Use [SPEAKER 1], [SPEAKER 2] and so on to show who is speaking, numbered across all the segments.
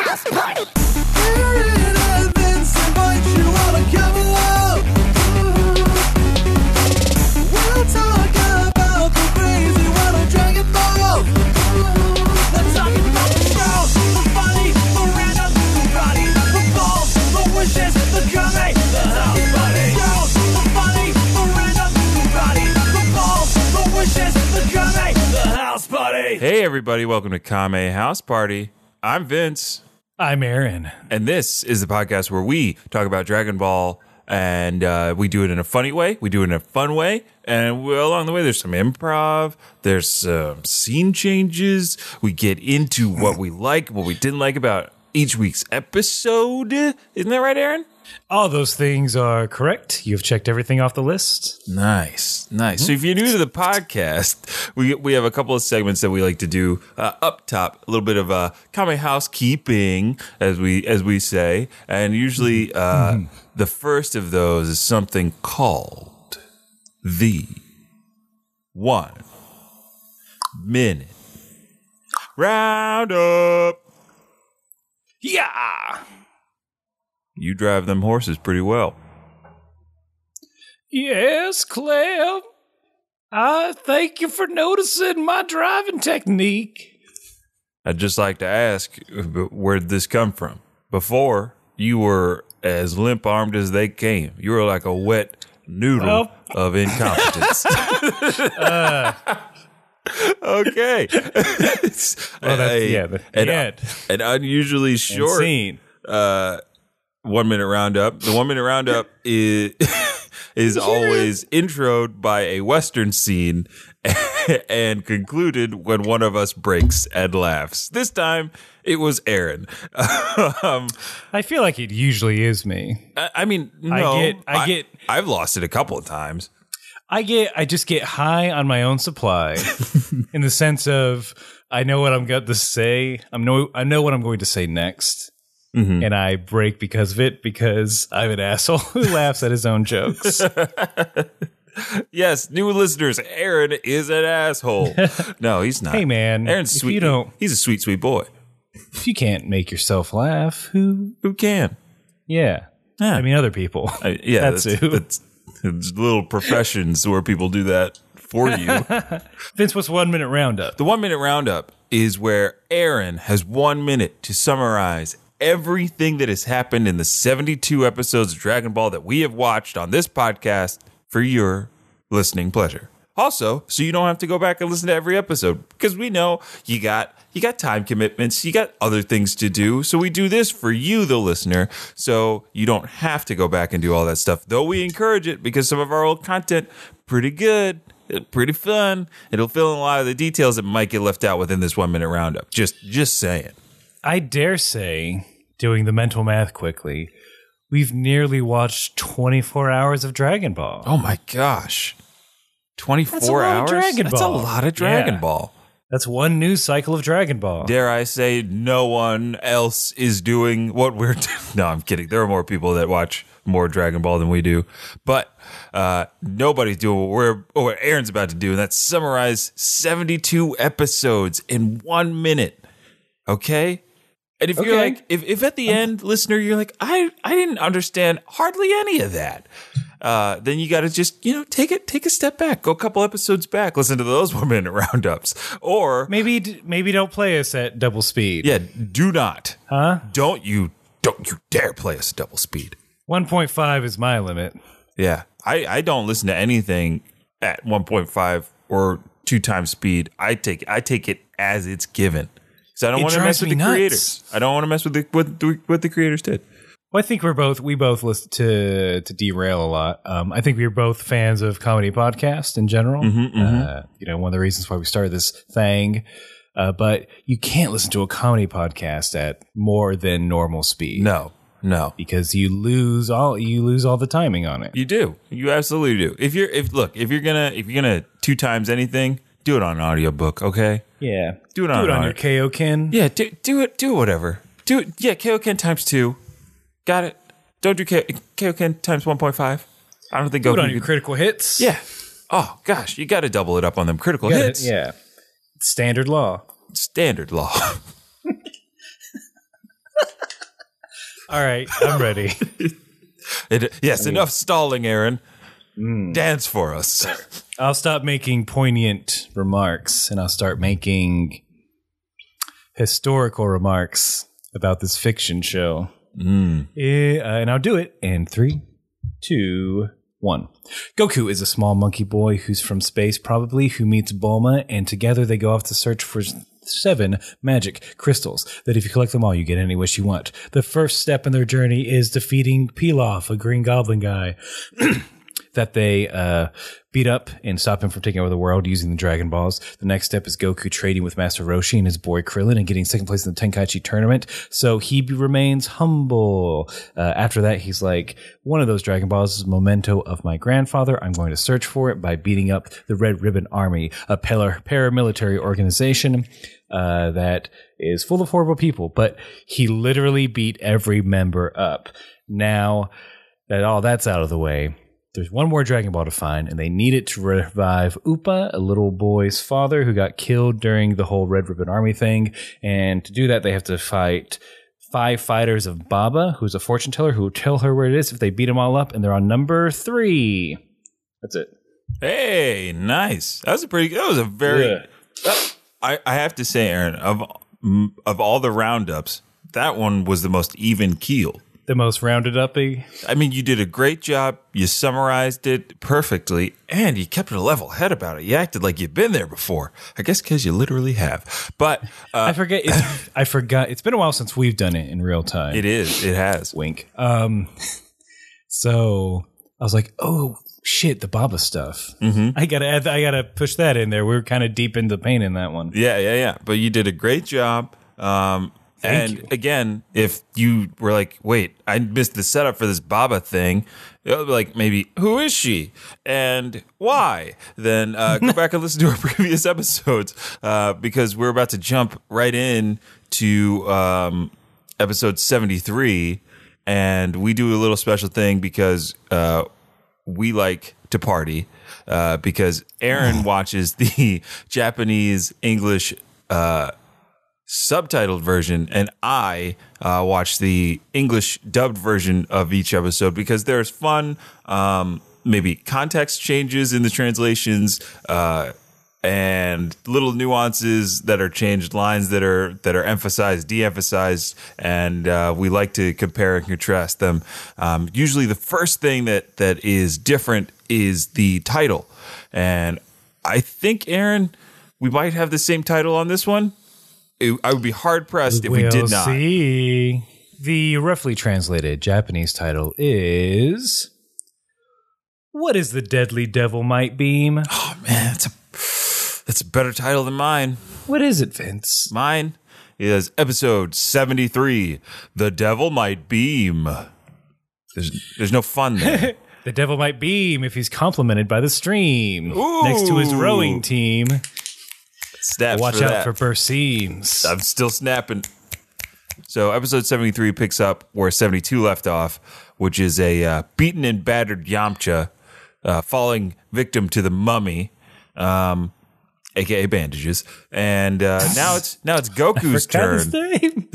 [SPEAKER 1] house party.
[SPEAKER 2] Hey, everybody, welcome to Kame House Party. I'm Vince,
[SPEAKER 3] I'm Aaron.
[SPEAKER 2] and this is the podcast where we talk about Dragon Ball and uh, we do it in a funny way, we do it in a fun way, and we, along the way, there's some improv, there's some scene changes. We get into what we like, what we didn't like about each week's episode. Isn't that right, Aaron?
[SPEAKER 3] All those things are correct. You've checked everything off the list.
[SPEAKER 2] Nice, nice. So if you're new to the podcast, we we have a couple of segments that we like to do uh, up top, a little bit of uh, common housekeeping, as we as we say, and usually uh, the first of those is something called the one minute roundup. Yeah, you drive them horses pretty well.
[SPEAKER 3] Yes, Clem. I thank you for noticing my driving technique.
[SPEAKER 2] I'd just like to ask, uh, where'd this come from? Before, you were as limp armed as they came. You were like a wet noodle
[SPEAKER 3] Well-
[SPEAKER 2] of incompetence. okay. well,
[SPEAKER 3] that's- yeah, the-
[SPEAKER 2] an,
[SPEAKER 3] yeah.
[SPEAKER 2] an unusually short
[SPEAKER 3] Scene.
[SPEAKER 2] one minute roundup. The one minute roundup is is always introed by a western scene and concluded when one of us breaks and laughs. This time it was Aaron. um,
[SPEAKER 3] I feel like it usually is me.
[SPEAKER 2] I, I mean, no,
[SPEAKER 3] I get- I get-
[SPEAKER 2] I've lost it a couple of times.
[SPEAKER 3] I get I just get high on my own supply in the sense of I know what I'm going to say. I'm no I know what I'm going to say next. And I break because of it because I'm an asshole who laughs at his own jokes.
[SPEAKER 2] Yes, new listeners, Aaron is an asshole. no, he's not.
[SPEAKER 3] Hey, man,
[SPEAKER 2] Aaron's
[SPEAKER 3] if
[SPEAKER 2] sweet.
[SPEAKER 3] you don't-
[SPEAKER 2] he's a sweet, sweet boy.
[SPEAKER 3] if you can't make yourself laugh, who
[SPEAKER 2] Who can?
[SPEAKER 3] yeah. I mean other people.
[SPEAKER 2] I- yeah,
[SPEAKER 3] That's
[SPEAKER 2] that's,
[SPEAKER 3] who.
[SPEAKER 2] that's- it's little professions where people do that for you.
[SPEAKER 3] Vince, what's one minute roundup?
[SPEAKER 2] The one minute roundup is where Aaron has one minute to summarize everything that has happened in the 72 episodes of Dragon Ball that we have watched on this podcast for your listening pleasure. Also, so you don't have to go back and listen to every episode because we know you got you got time commitments, you got other things to do. So we do this for you the listener so you don't have to go back and do all that stuff. Though we encourage it because some of our old content pretty good it- Uh, pretty fun. It'll fill in a lot of the details that might get left out within this one minute roundup. Just just saying.
[SPEAKER 3] I dare say, doing the mental math quickly, we've nearly watched 24 hours of Dragon Ball.
[SPEAKER 2] Oh my gosh. 24
[SPEAKER 3] lot of
[SPEAKER 2] hours?
[SPEAKER 3] Dragon
[SPEAKER 2] That's
[SPEAKER 3] Ball.
[SPEAKER 2] a lot of Dragon
[SPEAKER 3] Yeah.
[SPEAKER 2] Ball.
[SPEAKER 3] That's one news cycle of Dragon Ball.
[SPEAKER 2] Dare I say no one else is doing what we're doing. No, I'm kidding. There are more people that watch more Dragon Ball than we do. But uh, nobody's doing what we're or what Aaron's about to do, and that's summarize 72 episodes in one minute. Okay? And if you're
[SPEAKER 3] Okay.
[SPEAKER 2] like, if, if at the end, listener, you're like, I, I didn't understand hardly any of that, uh, then you got to just, you know, take it, take a step back, go a couple episodes back, listen to those one minute roundups, or
[SPEAKER 3] Maybe d- maybe don't play us at double speed.
[SPEAKER 2] yeah, do not. Huh? Don't you don't you dare play us double speed.
[SPEAKER 3] 1.5 is my limit.
[SPEAKER 2] Yeah. I, I don't listen to anything at 1.5 or two times speed. I take I take it as it's given. Cuz I don't
[SPEAKER 3] It
[SPEAKER 2] want to mess
[SPEAKER 3] drives
[SPEAKER 2] with
[SPEAKER 3] me
[SPEAKER 2] the
[SPEAKER 3] nuts.
[SPEAKER 2] creators. I don't want to mess with the, what the, what the creators did.
[SPEAKER 3] Well, I think we're both we both listen to to derail a lot. Um, I think we are both fans of comedy podcasts in general.
[SPEAKER 2] Mm-hmm,
[SPEAKER 3] Uh, you know, one of the reasons why we started this thing. Uh, but you can't listen to a comedy podcast at more than normal speed.
[SPEAKER 2] No. No.
[SPEAKER 3] because you lose all you lose all the timing on it.
[SPEAKER 2] You do. You absolutely do. If you're if look, if you're going to if you're going to two times anything, do it on an audiobook, okay?
[SPEAKER 3] Yeah,
[SPEAKER 2] Do it on
[SPEAKER 3] on
[SPEAKER 2] our-
[SPEAKER 3] your Kaokin.
[SPEAKER 2] Yeah, do do it. Do whatever. Do it. Yeah, Koken times two. Got it. Don't do K- Koken times one point five. I don't think
[SPEAKER 3] do it
[SPEAKER 2] Goku
[SPEAKER 3] on your
[SPEAKER 2] could-
[SPEAKER 3] critical hits.
[SPEAKER 2] Yeah. Oh gosh, you got to double it up on them critical
[SPEAKER 3] You gotta-
[SPEAKER 2] hits.
[SPEAKER 3] yeah. Standard law.
[SPEAKER 2] Standard law.
[SPEAKER 3] All right, I'm ready.
[SPEAKER 2] It, yes, enough stalling, Aaron.
[SPEAKER 3] Mm.
[SPEAKER 2] Dance for us.
[SPEAKER 3] I'll stop making poignant remarks and I'll start making historical remarks about this fiction show. Eh, uh, and I'll do it in three, two, one. Goku is a small monkey boy who's from space, probably, who meets Bulma, and together they go off to search for seven magic crystals that if you collect them all, you get any wish you want. The first step in their journey is defeating Pilaf, a green goblin guy that they uh, beat up and stop him from taking over the world using the Dragon Balls. The next step is Goku trading with Master Roshi and his boy Krillin and getting second place in the Tenkaichi tournament. So he be- remains humble. Uh, after that, he's like, one of those Dragon Balls is a memento of my grandfather. I'm going to search for it by beating up the Red Ribbon Army, a paler- paramilitary organization uh, that is full of horrible people. But he literally beat every member up. Now that all that's out of the way, there's one more Dragon Ball to find, and they need it to revive Upa, a little boy's father who got killed during the whole Red Ribbon Army thing. And to do that, they have to fight five fighters of Baba, who's a fortune teller who will tell her where it is if they beat them all up, and they're on number three. That's it.
[SPEAKER 2] Hey, nice. That was a pretty. That was a very. uh,
[SPEAKER 3] Yeah.
[SPEAKER 2] I, I have to say, Aaron, of of all the roundups, that one was the most even keel.
[SPEAKER 3] The most rounded up
[SPEAKER 2] I mean, you did a great job. You summarized it perfectly, and you kept a level head about it. You acted like you've been there before. I guess because you literally have. But uh,
[SPEAKER 3] I forget. It's, I forgot. It's been a while since we've done it in real time.
[SPEAKER 2] it is. It has.
[SPEAKER 3] wink. Um, so I was like, oh shit, the Baba stuff. Mm-hmm. I gotta, add, I gotta push that in there. We were kind of deep into pain in that one.
[SPEAKER 2] Yeah, yeah, yeah. But you did a great job. Um,
[SPEAKER 3] Thank
[SPEAKER 2] and
[SPEAKER 3] you.
[SPEAKER 2] again, if you were like, wait, I missed the setup for this Baba thing, it would be like maybe who is she and why? Then uh, go back and listen to our previous episodes uh, because we're about to jump right in to um, episode seventy three, and we do a little special thing because uh, we like to party uh, because Aaron watches the Japanese English subtitled version, and I uh, watch the English dubbed version of each episode because there's fun, um, maybe context changes in the translations, uh, and little nuances that are changed, lines that are that are emphasized, de-emphasized, and uh, we like to compare and contrast them. Um, usually, the first thing that that is different is the title, and I think Aaron. We might have the same title on this one it, I would be hard pressed if we did not.
[SPEAKER 3] see. The roughly translated Japanese title is "What is the Deadly Devil Might Beam?"
[SPEAKER 2] Oh man, that's a that's a better title than mine.
[SPEAKER 3] What is it, Vince?
[SPEAKER 2] Mine is episode seventy three. The devil might beam. There's there's no fun there.
[SPEAKER 3] The devil might beam if he's complimented by the stream next to his
[SPEAKER 2] Ooh.
[SPEAKER 3] rowing team.
[SPEAKER 2] Snaps
[SPEAKER 3] Watch
[SPEAKER 2] for
[SPEAKER 3] out
[SPEAKER 2] that.
[SPEAKER 3] for burst seams.
[SPEAKER 2] I'm still snapping. So episode 73 picks up where 72 left off, which is a uh, beaten and battered Yamcha uh, falling victim to the mummy, um, aka bandages, and uh, now it's now it's Goku's turn.
[SPEAKER 3] name.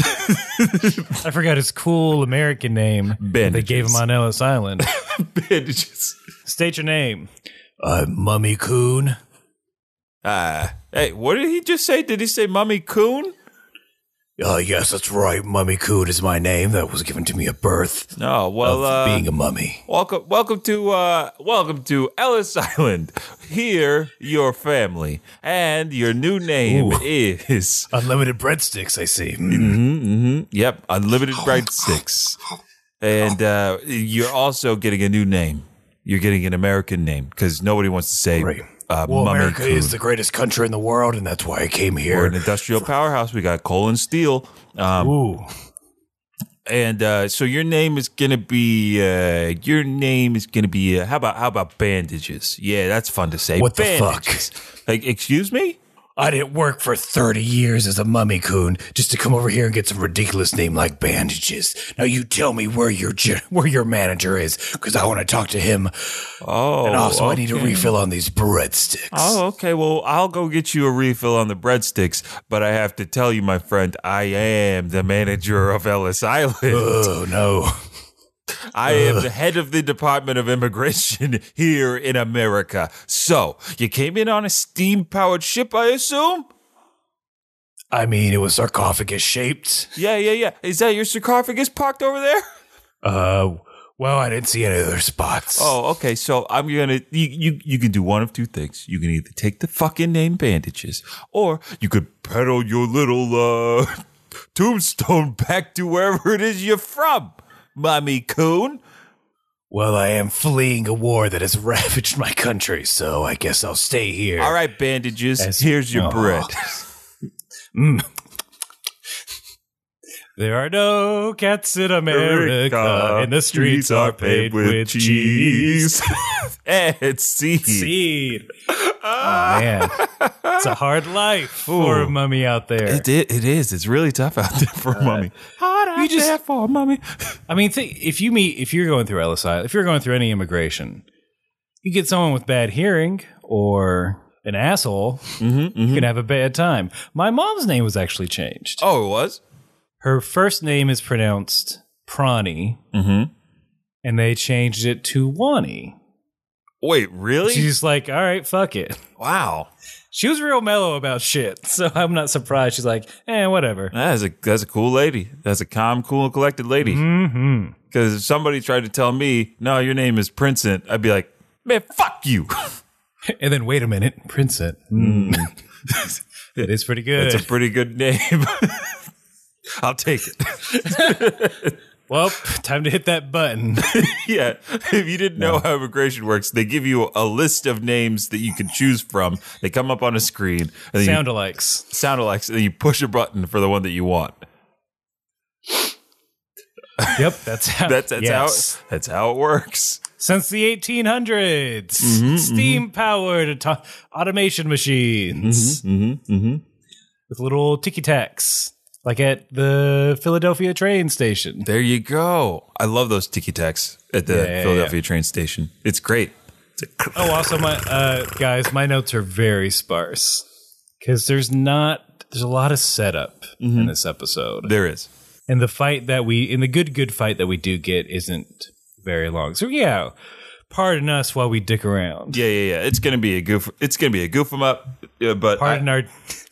[SPEAKER 3] I forgot his cool American name.
[SPEAKER 2] Bandages.
[SPEAKER 3] They gave him on Ellis Island.
[SPEAKER 2] bandages.
[SPEAKER 3] State your name. I'm Mummy Coon.
[SPEAKER 2] Uh, hey, what did he just say? Did he say Mummy Coon?
[SPEAKER 3] Oh, yes, that's right. Mummy Coon is my name. That was given to me at birth.
[SPEAKER 2] No. well, uh,
[SPEAKER 3] a mummy.
[SPEAKER 2] welcome, welcome to, uh, welcome to Ellis Island. Here, your family and your new name is.
[SPEAKER 3] Unlimited breadsticks, I see.
[SPEAKER 2] hmm Yep, unlimited bread sticks, and uh, you're also getting a new name. You're getting an American name because nobody wants to say
[SPEAKER 1] Right.
[SPEAKER 2] uh,
[SPEAKER 1] Well,
[SPEAKER 2] Mummy
[SPEAKER 1] America
[SPEAKER 2] Coon.
[SPEAKER 1] is the greatest country in the world, and that's why I came
[SPEAKER 2] We're an
[SPEAKER 1] here.
[SPEAKER 2] industrial powerhouse. We got coal and steel. Um,
[SPEAKER 1] Ooh,
[SPEAKER 2] And uh, so your name is gonna be uh, your name is gonna be uh, how about how about bandages? Yeah, that's fun to say.
[SPEAKER 1] What the
[SPEAKER 2] bandages. Like, excuse me?
[SPEAKER 1] I didn't work for 30 years as a mummy coon just to come over here and get some ridiculous name like bandages. Now you tell me where your gen- where your manager is because I want to talk to him.
[SPEAKER 2] Oh,
[SPEAKER 1] And also, I need a
[SPEAKER 2] okay.
[SPEAKER 1] refill on these breadsticks.
[SPEAKER 2] Oh, okay. Well, I'll go get you a refill on the breadsticks, but I have to tell you, my friend, I am the manager of Ellis Island.
[SPEAKER 1] Oh, no.
[SPEAKER 2] I am the head of the Department of Immigration here in America. So, you came in on a steam powered ship, I assume?
[SPEAKER 1] I mean, it was sarcophagus shaped.
[SPEAKER 2] Yeah, yeah, yeah. Is that your sarcophagus parked over there?
[SPEAKER 1] Uh, well, I didn't see any other spots.
[SPEAKER 2] Oh, okay. So I'm gonna you, you you can do one of two things. You can either take the fucking name bandages, or you could pedal your little uh tombstone back to wherever it is you're from, mommy coon.
[SPEAKER 1] Well, I am fleeing a war that has ravaged my country, so I guess I'll stay here.
[SPEAKER 2] All right, bandages.
[SPEAKER 3] That's-
[SPEAKER 2] Here's your
[SPEAKER 3] Aw.
[SPEAKER 2] bread.
[SPEAKER 1] Mm.
[SPEAKER 3] There are no cats in America, and the streets are paved with cheese.
[SPEAKER 2] and seed.
[SPEAKER 3] Seed. Oh, man. It's a hard life for a mummy out there.
[SPEAKER 2] It, it, it is. It's really tough out there for mommy. Hard out
[SPEAKER 3] just-
[SPEAKER 2] there for mommy.
[SPEAKER 3] I mean, think, if you meet, if you're going through Ellis Island, if you're going through any immigration, you get someone with bad hearing or an asshole, you're going to have a bad time. My mom's name was actually changed.
[SPEAKER 2] Oh, it was.
[SPEAKER 3] Her first name is pronounced Prani,
[SPEAKER 2] Mm-hmm.
[SPEAKER 3] and they changed it to Wani.
[SPEAKER 2] Wait, really?
[SPEAKER 3] She's like, all right, fuck it.
[SPEAKER 2] wow.
[SPEAKER 3] She was real mellow about shit, so I'm not surprised. She's like, eh, whatever.
[SPEAKER 2] That's a that's a cool lady. That's a calm, cool, and collected lady. Because
[SPEAKER 3] Mm-hmm.
[SPEAKER 2] if somebody tried to tell me, "No, your name is Princent," I'd be like, "Man, fuck you."
[SPEAKER 3] And then wait a minute, Prince it. it is pretty good.
[SPEAKER 2] It's a pretty good name. I'll take it.
[SPEAKER 3] well, time to hit that button.
[SPEAKER 2] yeah. If you didn't know how immigration works, they give you a list of names that you can choose from. They come up on a screen and then
[SPEAKER 3] Sound
[SPEAKER 2] you
[SPEAKER 3] alikes.
[SPEAKER 2] sound alikes, and then you push a button for the one that you want.
[SPEAKER 3] Yep, that's how.
[SPEAKER 2] That's that's
[SPEAKER 3] yes.
[SPEAKER 2] how that's how it works.
[SPEAKER 3] Since the 1800s,
[SPEAKER 2] Mm-hmm,
[SPEAKER 3] steam powered auto- automation machines
[SPEAKER 2] Mm-hmm. Mm-hmm.
[SPEAKER 3] with little ticky tacks, like at the Philadelphia train station.
[SPEAKER 2] There you go. I love those tiki tacks at the
[SPEAKER 3] Yeah, yeah,
[SPEAKER 2] Philadelphia train station. It's great. It's a-
[SPEAKER 3] Oh, also, my uh, guys, my notes are very sparse because there's not there's a lot of setup
[SPEAKER 2] Mm-hmm.
[SPEAKER 3] in this episode,
[SPEAKER 2] there is.
[SPEAKER 3] and the fight that we in the good good fight that we do get isn't very long. So yeah, pardon us while we dick around.
[SPEAKER 2] Yeah, yeah, yeah. It's gonna be a goof. It's gonna be a goof 'em up. uh, But I-
[SPEAKER 3] Pardon our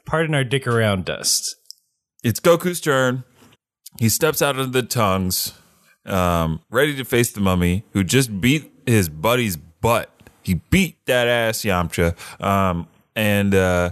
[SPEAKER 3] pardon our dick around dust.
[SPEAKER 2] it's Goku's turn. He steps out of the tongues, um, ready to face the mummy, who just beat his buddy's butt. He beat that ass Yamcha, um, and uh,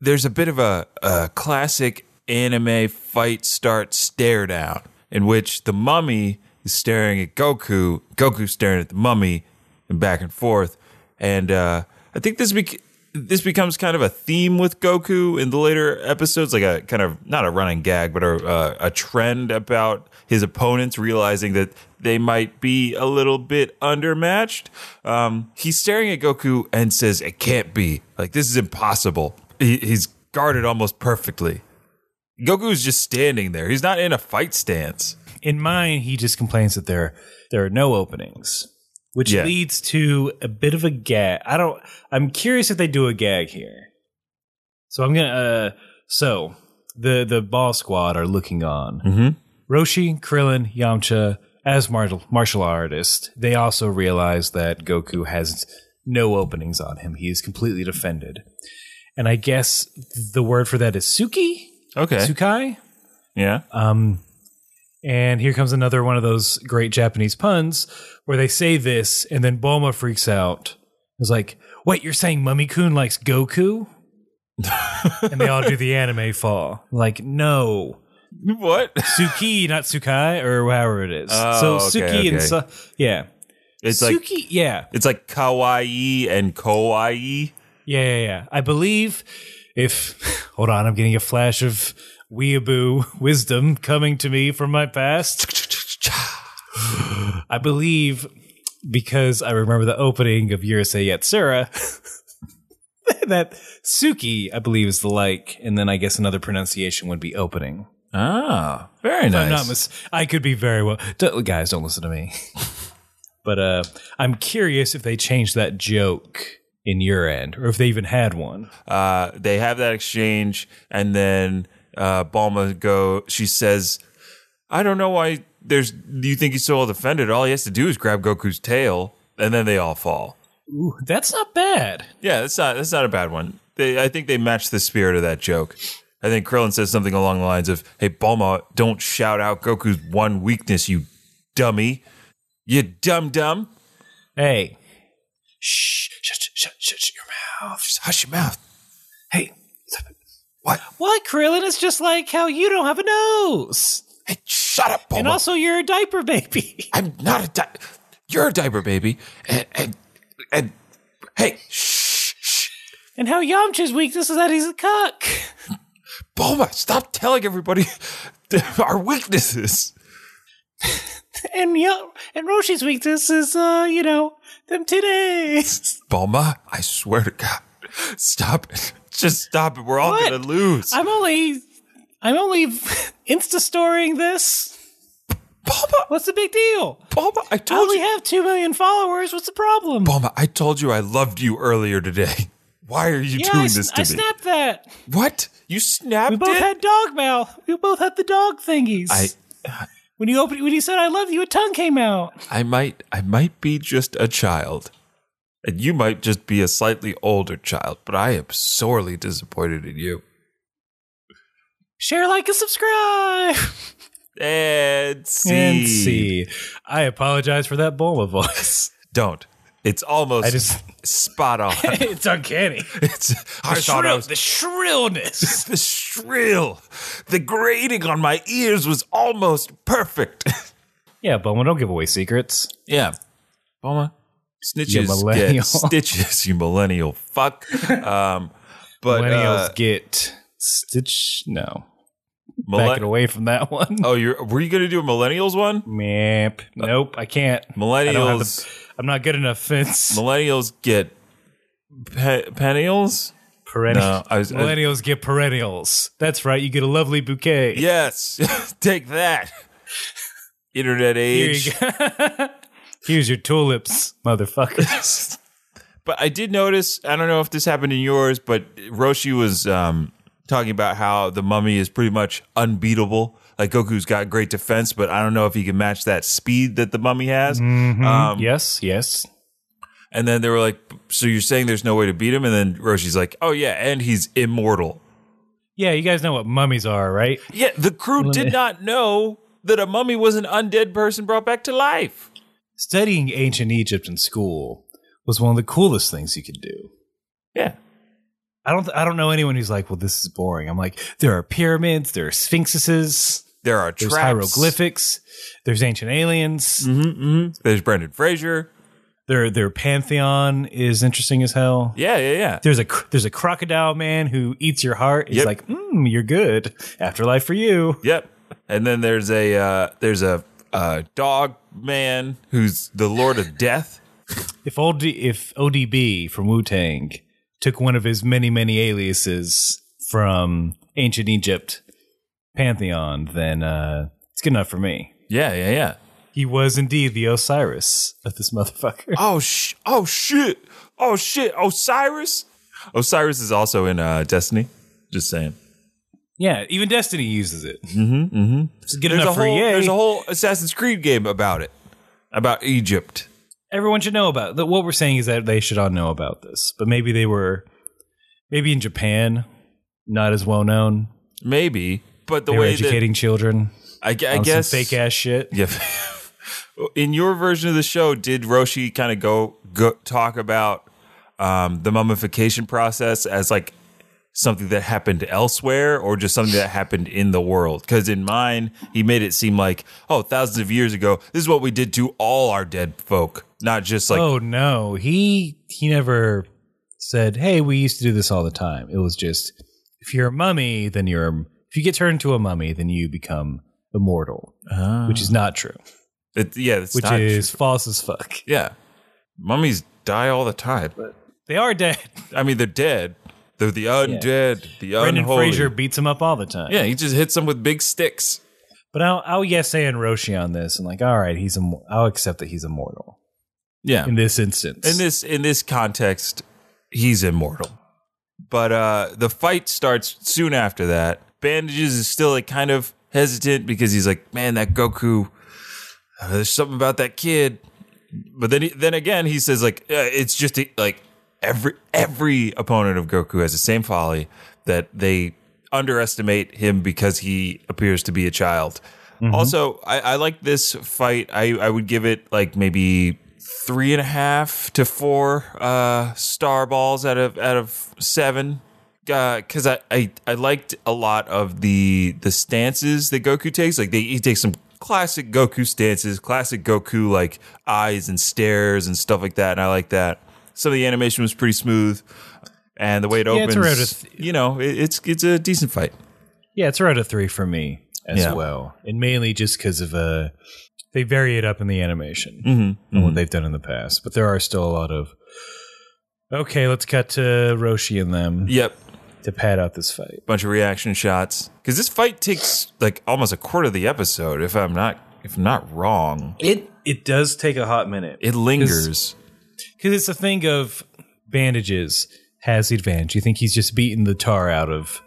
[SPEAKER 2] there's a bit of a, a classic anime fight start stare down in which the mummy is staring at Goku, Goku staring at the mummy, and back and forth. And uh, I think this bec- this becomes kind of a theme with Goku in the later episodes, like a kind of not a running gag, but a, uh, a trend about his opponents realizing that they might be a little bit undermatched. Um, he's staring at Goku and says, "It can't be. Like this is impossible." He, he's guarded almost perfectly. Goku's just standing there. He's not in a fight stance.
[SPEAKER 3] In mine, he just complains that there there are no openings, which
[SPEAKER 2] Yeah.
[SPEAKER 3] leads to a bit of a gag. I don't. I'm curious if they do a gag here. So I'm gonna. Uh, so the the ball squad are looking on.
[SPEAKER 2] Mhm.
[SPEAKER 3] Roshi, Krillin, Yamcha, as martial martial artists, they also realize that Goku has no openings on him. He is completely defended, and I guess the word for that is Suki.
[SPEAKER 2] Okay.
[SPEAKER 3] Sukai.
[SPEAKER 2] Yeah.
[SPEAKER 3] Um, and here comes another one of those great Japanese puns where they say this, and then Bulma freaks out. It's like, "What you're saying? Mummy Kun likes Goku?" and they all do the anime fall. Like, no,
[SPEAKER 2] what?
[SPEAKER 3] Suki, not Sukai, or however it is.
[SPEAKER 2] Oh,
[SPEAKER 3] so Suki
[SPEAKER 2] okay, okay.
[SPEAKER 3] and Su- yeah,
[SPEAKER 2] It's
[SPEAKER 3] Suki,
[SPEAKER 2] like
[SPEAKER 3] yeah,
[SPEAKER 2] it's like kawaii and kawaii.
[SPEAKER 3] yeah, yeah, yeah. I believe if hold on, I'm getting a flash of weeaboo wisdom coming to me from my past. I believe because I remember the opening of Yurusei Yatsura that Suki, I believe, is the like, and then I guess another pronunciation would be opening.
[SPEAKER 2] Ah, very nice.
[SPEAKER 3] I'm not mis- I could be very well. Don't, guys, don't listen to me. but uh, I'm curious if they changed that joke in your end, or if they even had one.
[SPEAKER 2] uh, they have that exchange, and then uh, Balma go. She says, "I don't know why there's. You think he's so offended? All he has to do is grab Goku's tail, and then they all fall."
[SPEAKER 3] Ooh, that's not bad.
[SPEAKER 2] Yeah, that's not that's not a bad one. They, I think they match the spirit of that joke. I think Krillin says something along the lines of, "Hey, Bulma, don't shout out Goku's one weakness, you dummy, you dumb dumb.
[SPEAKER 3] Hey, shh, shut, shut, shut, shut your mouth.
[SPEAKER 2] Just hush your mouth."
[SPEAKER 3] Hey,
[SPEAKER 2] What?
[SPEAKER 3] What, Krillin? It's just like how you don't have a nose,
[SPEAKER 2] Hey, shut up, Bulma.
[SPEAKER 3] and also you're a diaper baby.
[SPEAKER 2] I'm not a di- you're a diaper baby, and and, and hey, shh, shh,
[SPEAKER 3] and how Yamcha's weakness is that he's a cuck.
[SPEAKER 2] Bulma, stop telling everybody our weaknesses.
[SPEAKER 3] And Yo- and Roshi's weakness is, uh, you know, them titties.
[SPEAKER 2] Bulma, I swear to God, stop it. Just stop it. We're all
[SPEAKER 3] What?
[SPEAKER 2] gonna lose.
[SPEAKER 3] I'm only, I'm only insta storing this.
[SPEAKER 2] Bulma,
[SPEAKER 3] What's the big deal?
[SPEAKER 2] Bulma, I
[SPEAKER 3] I
[SPEAKER 2] told
[SPEAKER 3] only
[SPEAKER 2] you.
[SPEAKER 3] have two million followers. What's the problem?
[SPEAKER 2] Bulma, I told you I loved you earlier today. Why are you
[SPEAKER 3] yeah, I,
[SPEAKER 2] doing
[SPEAKER 3] s-
[SPEAKER 2] this to
[SPEAKER 3] I
[SPEAKER 2] me?
[SPEAKER 3] snapped that.
[SPEAKER 2] what? You snapped
[SPEAKER 3] We both
[SPEAKER 2] it?
[SPEAKER 3] had dog mouth. We both had the dog thingies.
[SPEAKER 2] I
[SPEAKER 3] when you opened, when you said "I love you," a tongue came out.
[SPEAKER 2] I might I might be just a child. And you might just be a slightly older child, but I am sorely disappointed in you.
[SPEAKER 3] Share, like, and subscribe.
[SPEAKER 2] And see.
[SPEAKER 3] And see, I apologize for that Bulma voice.
[SPEAKER 2] Don't. It's almost
[SPEAKER 3] I just-
[SPEAKER 2] spot on.
[SPEAKER 3] it's uncanny.
[SPEAKER 2] It's I thought I was
[SPEAKER 3] the shrillness.
[SPEAKER 2] the shrill. The grating on my ears was almost perfect.
[SPEAKER 3] yeah, Bulma, don't give away secrets.
[SPEAKER 2] yeah. Boma. Snitches
[SPEAKER 3] You millennial.
[SPEAKER 2] get stitches, you millennial fuck. Um but
[SPEAKER 3] Millennials
[SPEAKER 2] uh,
[SPEAKER 3] get stitch. No,
[SPEAKER 2] millen-
[SPEAKER 3] back it away from that one.
[SPEAKER 2] Oh, you're were you gonna do a millennials one?
[SPEAKER 3] Mep. Nope, I can't. I don't have the-
[SPEAKER 2] Millennials,
[SPEAKER 3] I'm not good enough. Fence.
[SPEAKER 2] millennials get pe- pennials.
[SPEAKER 3] Perennial.
[SPEAKER 2] No, I was- I-
[SPEAKER 3] Millennials get perennials. That's right. You get a lovely bouquet.
[SPEAKER 2] Yes, take that. Internet
[SPEAKER 3] Here
[SPEAKER 2] age.
[SPEAKER 3] you go. Here's your tulips, motherfucker.
[SPEAKER 2] But I did notice. I don't know if this happened in yours, but Roshi was um, talking about how the mummy is pretty much unbeatable. Like Goku's got great defense, but I don't know if he can match that speed that the mummy has.
[SPEAKER 3] Mm.
[SPEAKER 2] Um,
[SPEAKER 3] yes, yes.
[SPEAKER 2] And then they were like, "So you're saying there's no way to beat him?" And then Roshi's like, "Oh yeah, and he's immortal."
[SPEAKER 3] Yeah, you guys know what mummies are, right?
[SPEAKER 2] Yeah, the crew did not know that a mummy was an undead person brought back to life.
[SPEAKER 3] Studying ancient Egypt in school was one of the coolest things you could do.
[SPEAKER 2] Yeah.
[SPEAKER 3] I don't, I don't know anyone who's like, well, this is boring. I'm like, there are pyramids, there are sphinxes,
[SPEAKER 2] There are
[SPEAKER 3] there's
[SPEAKER 2] traps.
[SPEAKER 3] hieroglyphics, there's ancient aliens.
[SPEAKER 2] Mm-hmm. There's Brendan Fraser.
[SPEAKER 3] Their their pantheon is interesting as hell.
[SPEAKER 2] Yeah, yeah, yeah.
[SPEAKER 3] There's a cr- there's a crocodile man who eats your heart. He's
[SPEAKER 2] Yep.
[SPEAKER 3] like, mm, you're good. Afterlife for you.
[SPEAKER 2] Yep. And then there's a uh, there's a uh, dog man who's the Lord of Death.
[SPEAKER 3] If OD, if ODB from Wu Tang took one of his many many aliases from ancient Egypt pantheon, then uh, it's good enough for me.
[SPEAKER 2] Yeah, yeah, yeah.
[SPEAKER 3] He was indeed the Osiris of this motherfucker.
[SPEAKER 2] Oh sh! Oh shit! Oh shit! Osiris. Osiris is also in uh, Destiny. Just saying.
[SPEAKER 3] Yeah, even Destiny uses it. Mm-hmm, It's good
[SPEAKER 2] There's a
[SPEAKER 3] enough for E
[SPEAKER 2] whole
[SPEAKER 3] Yay.
[SPEAKER 2] there's E a whole Assassin's Creed game about it, about Egypt.
[SPEAKER 3] everyone should know about. That what we're saying is that they should all know about this, but maybe they were, maybe in Japan, not as well known.
[SPEAKER 2] Maybe, but the
[SPEAKER 3] They were
[SPEAKER 2] way that
[SPEAKER 3] educating children
[SPEAKER 2] I, gu- I
[SPEAKER 3] on
[SPEAKER 2] guess
[SPEAKER 3] some fake ass shit.
[SPEAKER 2] Yeah. In your version of the show, did Roshi kind of go, go talk about um, the mummification process as like something that happened elsewhere or just something that happened in the world? Because in mine, he made it seem like, oh, thousands of years ago, this is what we did to all our dead folk, not just like,
[SPEAKER 3] oh no, he he never said, "Hey, we used to do this all the time." It was just if you're a mummy, then you're a- if you get turned into a mummy, then you become immortal, which is not true.
[SPEAKER 2] it- yeah, it's
[SPEAKER 3] Which
[SPEAKER 2] not.
[SPEAKER 3] is false as fuck.
[SPEAKER 2] yeah. Mummies die all the time.
[SPEAKER 3] They are dead.
[SPEAKER 2] I mean, they're dead. They're the undead, the
[SPEAKER 3] Brendan
[SPEAKER 2] unholy.
[SPEAKER 3] Fraser beats him up all the time.
[SPEAKER 2] Yeah, he just hits them with big sticks.
[SPEAKER 3] But I'll, I'll yes and Roshi on this, and like, all right, he's Im- I'll accept that he's immortal
[SPEAKER 2] Yeah.
[SPEAKER 3] in this instance.
[SPEAKER 2] In this in this context, he's immortal. But uh the fight starts soon after that. Bandages is still like kind of hesitant because he's like, man, that Goku, uh, there's something about that kid. But then he, then again, he says like, uh, it's just a, like every every opponent of Goku has the same folly that they underestimate him because he appears to be a child. Also, I, I like this fight. I, I would give it like maybe three and a half to four uh, star balls out of out of seven. Because uh, I, I I liked a lot of the the stances that Goku takes. Like they, he takes some classic Goku stances, classic Goku like eyes and stares and stuff like that. And I like that. Some of the animation was pretty smooth, and the way it
[SPEAKER 3] Yeah,
[SPEAKER 2] opens,
[SPEAKER 3] it's a road to th-
[SPEAKER 2] you know, it, it's it's a decent fight.
[SPEAKER 3] yeah, it's a road to three for me as
[SPEAKER 2] Yeah.
[SPEAKER 3] well, and mainly just because of uh, they vary it up in the animation
[SPEAKER 2] Mm-hmm.
[SPEAKER 3] and what they've done in the past. But there are still a lot of okay. Let's cut to Roshi and them
[SPEAKER 2] Yep,
[SPEAKER 3] to pad out this fight.
[SPEAKER 2] bunch of reaction shots because this fight takes like almost a quarter of the episode if i'm not if i'm not wrong
[SPEAKER 3] It it does take a hot minute.
[SPEAKER 2] it lingers
[SPEAKER 3] Because it's a thing of bandages has the advantage. You think he's just beaten the tar out of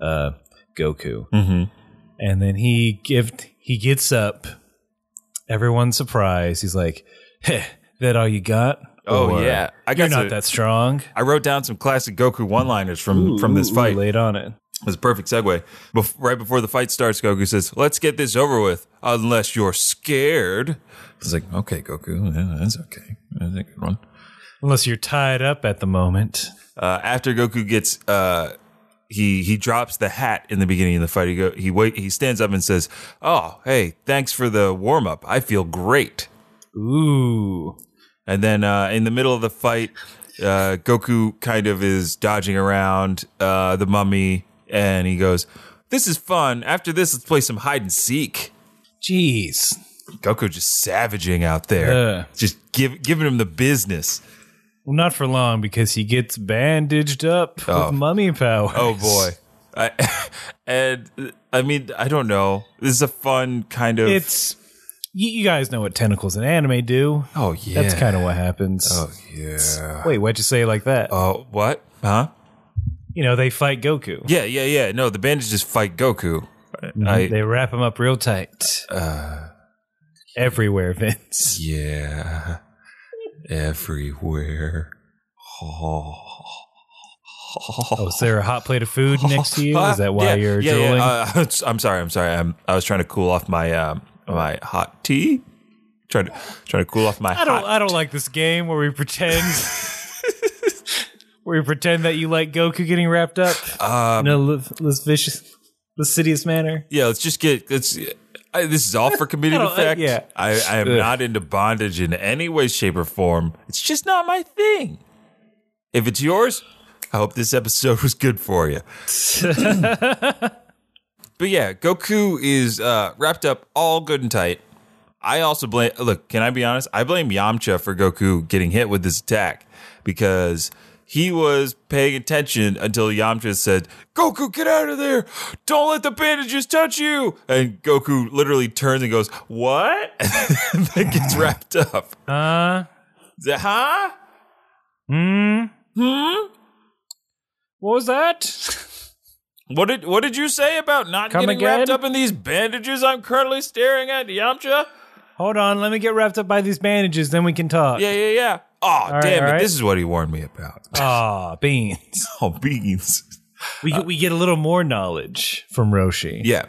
[SPEAKER 3] uh, Goku,
[SPEAKER 2] Mhm.
[SPEAKER 3] and then he give he gets up. Everyone's surprised. He's like, "Heh, that all you got?
[SPEAKER 2] oh
[SPEAKER 3] Or,
[SPEAKER 2] yeah i
[SPEAKER 3] you're
[SPEAKER 2] got
[SPEAKER 3] not
[SPEAKER 2] to-
[SPEAKER 3] that strong."
[SPEAKER 2] i wrote down some classic goku one liners from from this
[SPEAKER 3] Ooh,
[SPEAKER 2] fight
[SPEAKER 3] laid on it.
[SPEAKER 2] It was a perfect segue Bef- right before the fight starts goku says let's get this over with unless you're scared it's like okay goku yeah, that's okay that's a good one
[SPEAKER 3] Unless you're tied up at the moment.
[SPEAKER 2] uh, after Goku gets uh, he he drops the hat in the beginning of the fight. He go he wait he stands up and says, "Oh hey, thanks for the warm up. I feel great."
[SPEAKER 3] Ooh,
[SPEAKER 2] And then uh, in the middle of the fight, uh, Goku kind of is dodging around uh, the mummy, and he goes, "This is fun. After this, let's play some hide and seek."
[SPEAKER 3] jeez.
[SPEAKER 2] Goku just savaging out there,
[SPEAKER 3] Ugh.
[SPEAKER 2] just give, giving him the business.
[SPEAKER 3] Well, not for long because he gets bandaged up
[SPEAKER 2] Oh.
[SPEAKER 3] with mummy power.
[SPEAKER 2] Oh boy. I, and I mean, I don't know. This is a fun kind of.
[SPEAKER 3] it's you, you guys know what tentacles in anime do.
[SPEAKER 2] oh yeah. Oh,
[SPEAKER 3] That's kind of what happens.
[SPEAKER 2] yeah.
[SPEAKER 3] Wait, why'd you say it like that?
[SPEAKER 2] Uh, what? Huh?
[SPEAKER 3] you know, they fight Goku.
[SPEAKER 2] Yeah, yeah, yeah. No, the bandages fight Goku. I, Uh,
[SPEAKER 3] they wrap him up real tight. Everywhere, Vince.
[SPEAKER 2] yeah. Everywhere. Oh.
[SPEAKER 3] Oh, is there a hot plate of food next to you? Is that why
[SPEAKER 2] Uh, Yeah,
[SPEAKER 3] you're
[SPEAKER 2] yeah, yeah.
[SPEAKER 3] drooling?
[SPEAKER 2] Uh, I'm sorry. I'm sorry. I'm, I was trying to cool off my um, my hot tea. Trying to trying to cool off my
[SPEAKER 3] I don't.
[SPEAKER 2] hot
[SPEAKER 3] I don't like this game where we pretend. where we pretend that you like Goku getting wrapped up in
[SPEAKER 2] Um,
[SPEAKER 3] a li- lascivious, lascivious manner.
[SPEAKER 2] yeah, let's just get let's. I, this is all for comedic
[SPEAKER 3] I don't-
[SPEAKER 2] effect.
[SPEAKER 3] yeah.
[SPEAKER 2] I, I am
[SPEAKER 3] Ugh.
[SPEAKER 2] not into bondage in any way, shape, or form. It's just not my thing. If it's yours, I hope this episode was good for you. but yeah, Goku is uh, wrapped up all good and tight. I also blame. Look, can I be honest? I blame Yamcha for Goku getting hit with this attack because he was paying attention until Yamcha said, "Goku, get out of there! Don't let the bandages touch you!" And Goku literally turns and goes, "What?" and then gets wrapped up. Uh,
[SPEAKER 3] Huh?
[SPEAKER 2] Is that- huh?
[SPEAKER 3] Hmm. What was that?
[SPEAKER 2] What did What did you say about not
[SPEAKER 3] Come
[SPEAKER 2] getting
[SPEAKER 3] again?
[SPEAKER 2] wrapped up in these bandages I'm currently staring at, Yamcha?
[SPEAKER 3] Hold on, let me get wrapped up by these bandages, then we can talk.
[SPEAKER 2] Yeah, yeah, yeah. Oh,
[SPEAKER 3] right,
[SPEAKER 2] damn it!
[SPEAKER 3] all right.
[SPEAKER 2] This is what he warned me about.
[SPEAKER 3] Ah, beans.
[SPEAKER 2] Oh, beans.
[SPEAKER 3] We we get a little more knowledge from Roshi,
[SPEAKER 2] Uh, Yeah,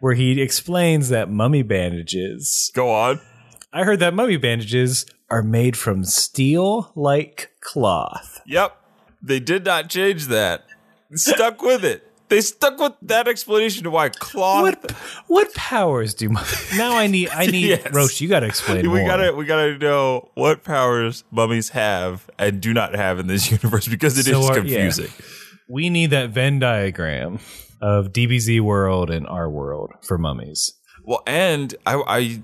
[SPEAKER 3] where he explains that mummy bandages.
[SPEAKER 2] go on.
[SPEAKER 3] I heard that mummy bandages are made from steel-like cloth.
[SPEAKER 2] Yep. They did not change that. Stuck with it. They stuck with that explanation to why cloth.
[SPEAKER 3] What what powers do mummy? Now I need I need
[SPEAKER 2] Yes.
[SPEAKER 3] Roshi. You got to explain.
[SPEAKER 2] we
[SPEAKER 3] more.
[SPEAKER 2] gotta we gotta know what powers mummies have and do not have in this universe because it is
[SPEAKER 3] So are- yeah.
[SPEAKER 2] confusing.
[SPEAKER 3] We need that Venn diagram of DBZ world and our world for mummies.
[SPEAKER 2] Well, and I, I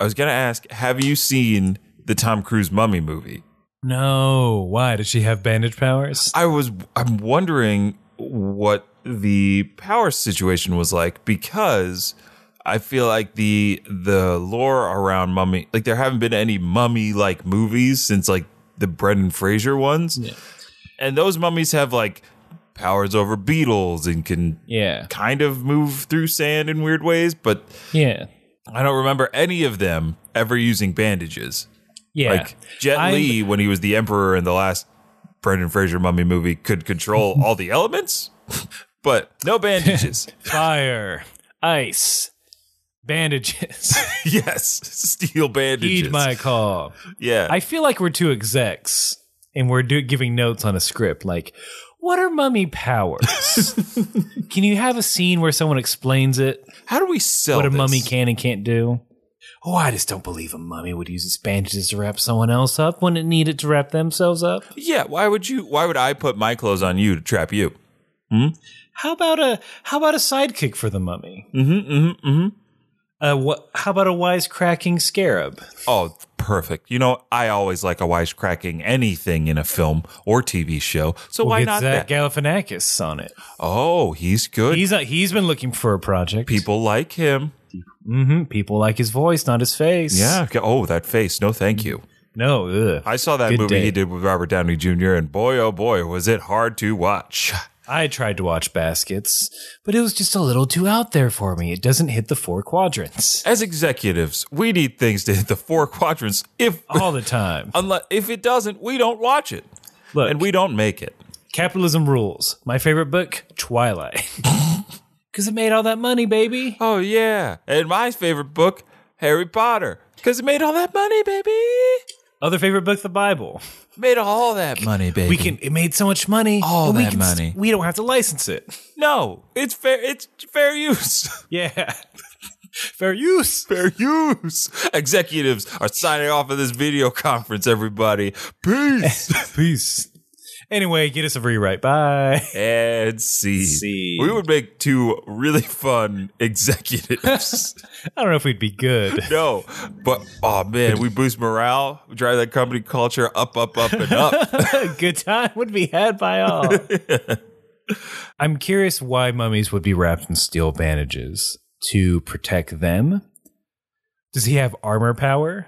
[SPEAKER 2] I was gonna ask, have you seen the Tom Cruise mummy movie?
[SPEAKER 3] No. Why? Does she have bandage powers?
[SPEAKER 2] I was I'm wondering what the power situation was like because I feel like the the lore around mummy like there haven't been any mummy like movies since like the Brendan Fraser ones. And those mummies have like powers over beetles and can
[SPEAKER 3] Yeah.
[SPEAKER 2] kind of move through sand in weird ways, but
[SPEAKER 3] Yeah.
[SPEAKER 2] I don't remember any of them ever using bandages.
[SPEAKER 3] Yeah.
[SPEAKER 2] Like Jet
[SPEAKER 3] I'm-
[SPEAKER 2] Li, when he was the emperor in the last Brendan Fraser mummy movie, could control all the elements, but no bandages.
[SPEAKER 3] Fire, ice, bandages.
[SPEAKER 2] yes, steel bandages.
[SPEAKER 3] Heed my call.
[SPEAKER 2] yeah,
[SPEAKER 3] I feel like we're two execs and we're do- giving notes on a script. Like, what are mummy powers? can you have a scene where someone explains it?
[SPEAKER 2] how do we sell
[SPEAKER 3] What a
[SPEAKER 2] this?
[SPEAKER 3] mummy can and can't do? Oh, I just don't believe a mummy would use its bandages to wrap someone else up when it needed to wrap themselves up.
[SPEAKER 2] Yeah, why would you? Why would I put my clothes on you to trap you?
[SPEAKER 3] How about a how about a sidekick for the mummy?
[SPEAKER 2] Mm-hmm, mm-hmm, mm-hmm.
[SPEAKER 3] Uh, what? How about a wisecracking scarab?
[SPEAKER 2] Oh, perfect. You know, I always like a wisecracking anything in a film or TV show. So why
[SPEAKER 3] Get
[SPEAKER 2] not
[SPEAKER 3] Zach
[SPEAKER 2] that?
[SPEAKER 3] Galifianakis on it.
[SPEAKER 2] Oh, he's good.
[SPEAKER 3] He's uh, he's been looking for a project.
[SPEAKER 2] People like him.
[SPEAKER 3] hmm people like his voice, not his face.
[SPEAKER 2] Yeah. okay. Oh, that face. No, thank
[SPEAKER 3] Mm.
[SPEAKER 2] you.
[SPEAKER 3] No. Ugh.
[SPEAKER 2] I saw that
[SPEAKER 3] Good
[SPEAKER 2] movie
[SPEAKER 3] day.
[SPEAKER 2] he did with Robert Downey Jr. and boy oh boy was it hard to watch.
[SPEAKER 3] I tried to watch Baskets, but it was just a little too out there for me. It doesn't hit the four quadrants
[SPEAKER 2] As executives, we need things to hit the four quadrants. If
[SPEAKER 3] all the time.
[SPEAKER 2] unless if it doesn't, we don't watch it
[SPEAKER 3] Look,
[SPEAKER 2] and we don't make it.
[SPEAKER 3] capitalism rules. My favorite book, Twilight, because it made all that money, baby.
[SPEAKER 2] Oh yeah. And my favorite book, Harry Potter, cuz it made all that money, baby.
[SPEAKER 3] Other favorite book, the Bible.
[SPEAKER 2] Made all that money, baby.
[SPEAKER 3] We can. It made so much money.
[SPEAKER 2] All
[SPEAKER 3] but we
[SPEAKER 2] that
[SPEAKER 3] can s-
[SPEAKER 2] money.
[SPEAKER 3] we don't have to license it.
[SPEAKER 2] No, it's fair it's fair use.
[SPEAKER 3] Yeah. Fair use.
[SPEAKER 2] fair use. Executives are signing off of this video conference everybody. Peace.
[SPEAKER 3] Peace. Anyway, get us a rewrite. Bye.
[SPEAKER 2] and see.
[SPEAKER 3] See.
[SPEAKER 2] We would make two really fun executives.
[SPEAKER 3] I don't know if we'd be good.
[SPEAKER 2] no, but oh man, we boost morale, we drive that company culture up, up, up, and up.
[SPEAKER 3] a good time would be had by all. I'm curious why mummies would be wrapped in steel bandages to protect them. Does he have armor power?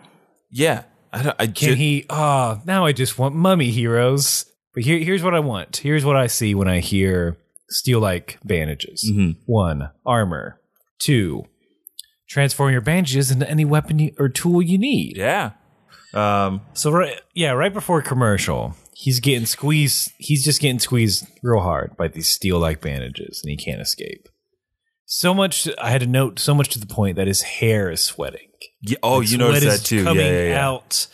[SPEAKER 2] yeah, I don't. I
[SPEAKER 3] Can
[SPEAKER 2] ju-
[SPEAKER 3] he? Ah, now I just want mummy heroes. But here, here's what I want. Here's what I see when I hear steel like bandages one, armor. Two, transform your bandages into any weapon you, or tool you need.
[SPEAKER 2] Yeah. Um.
[SPEAKER 3] So right, yeah, right before commercial, he's getting squeezed. He's just getting squeezed real hard by these steel-like bandages, and he can't escape. So much I had to note. So much to the point that his hair is sweating.
[SPEAKER 2] y- oh, you
[SPEAKER 3] Sweat
[SPEAKER 2] noticed
[SPEAKER 3] is
[SPEAKER 2] that too. Yeah,
[SPEAKER 3] Coming
[SPEAKER 2] yeah, yeah.
[SPEAKER 3] out.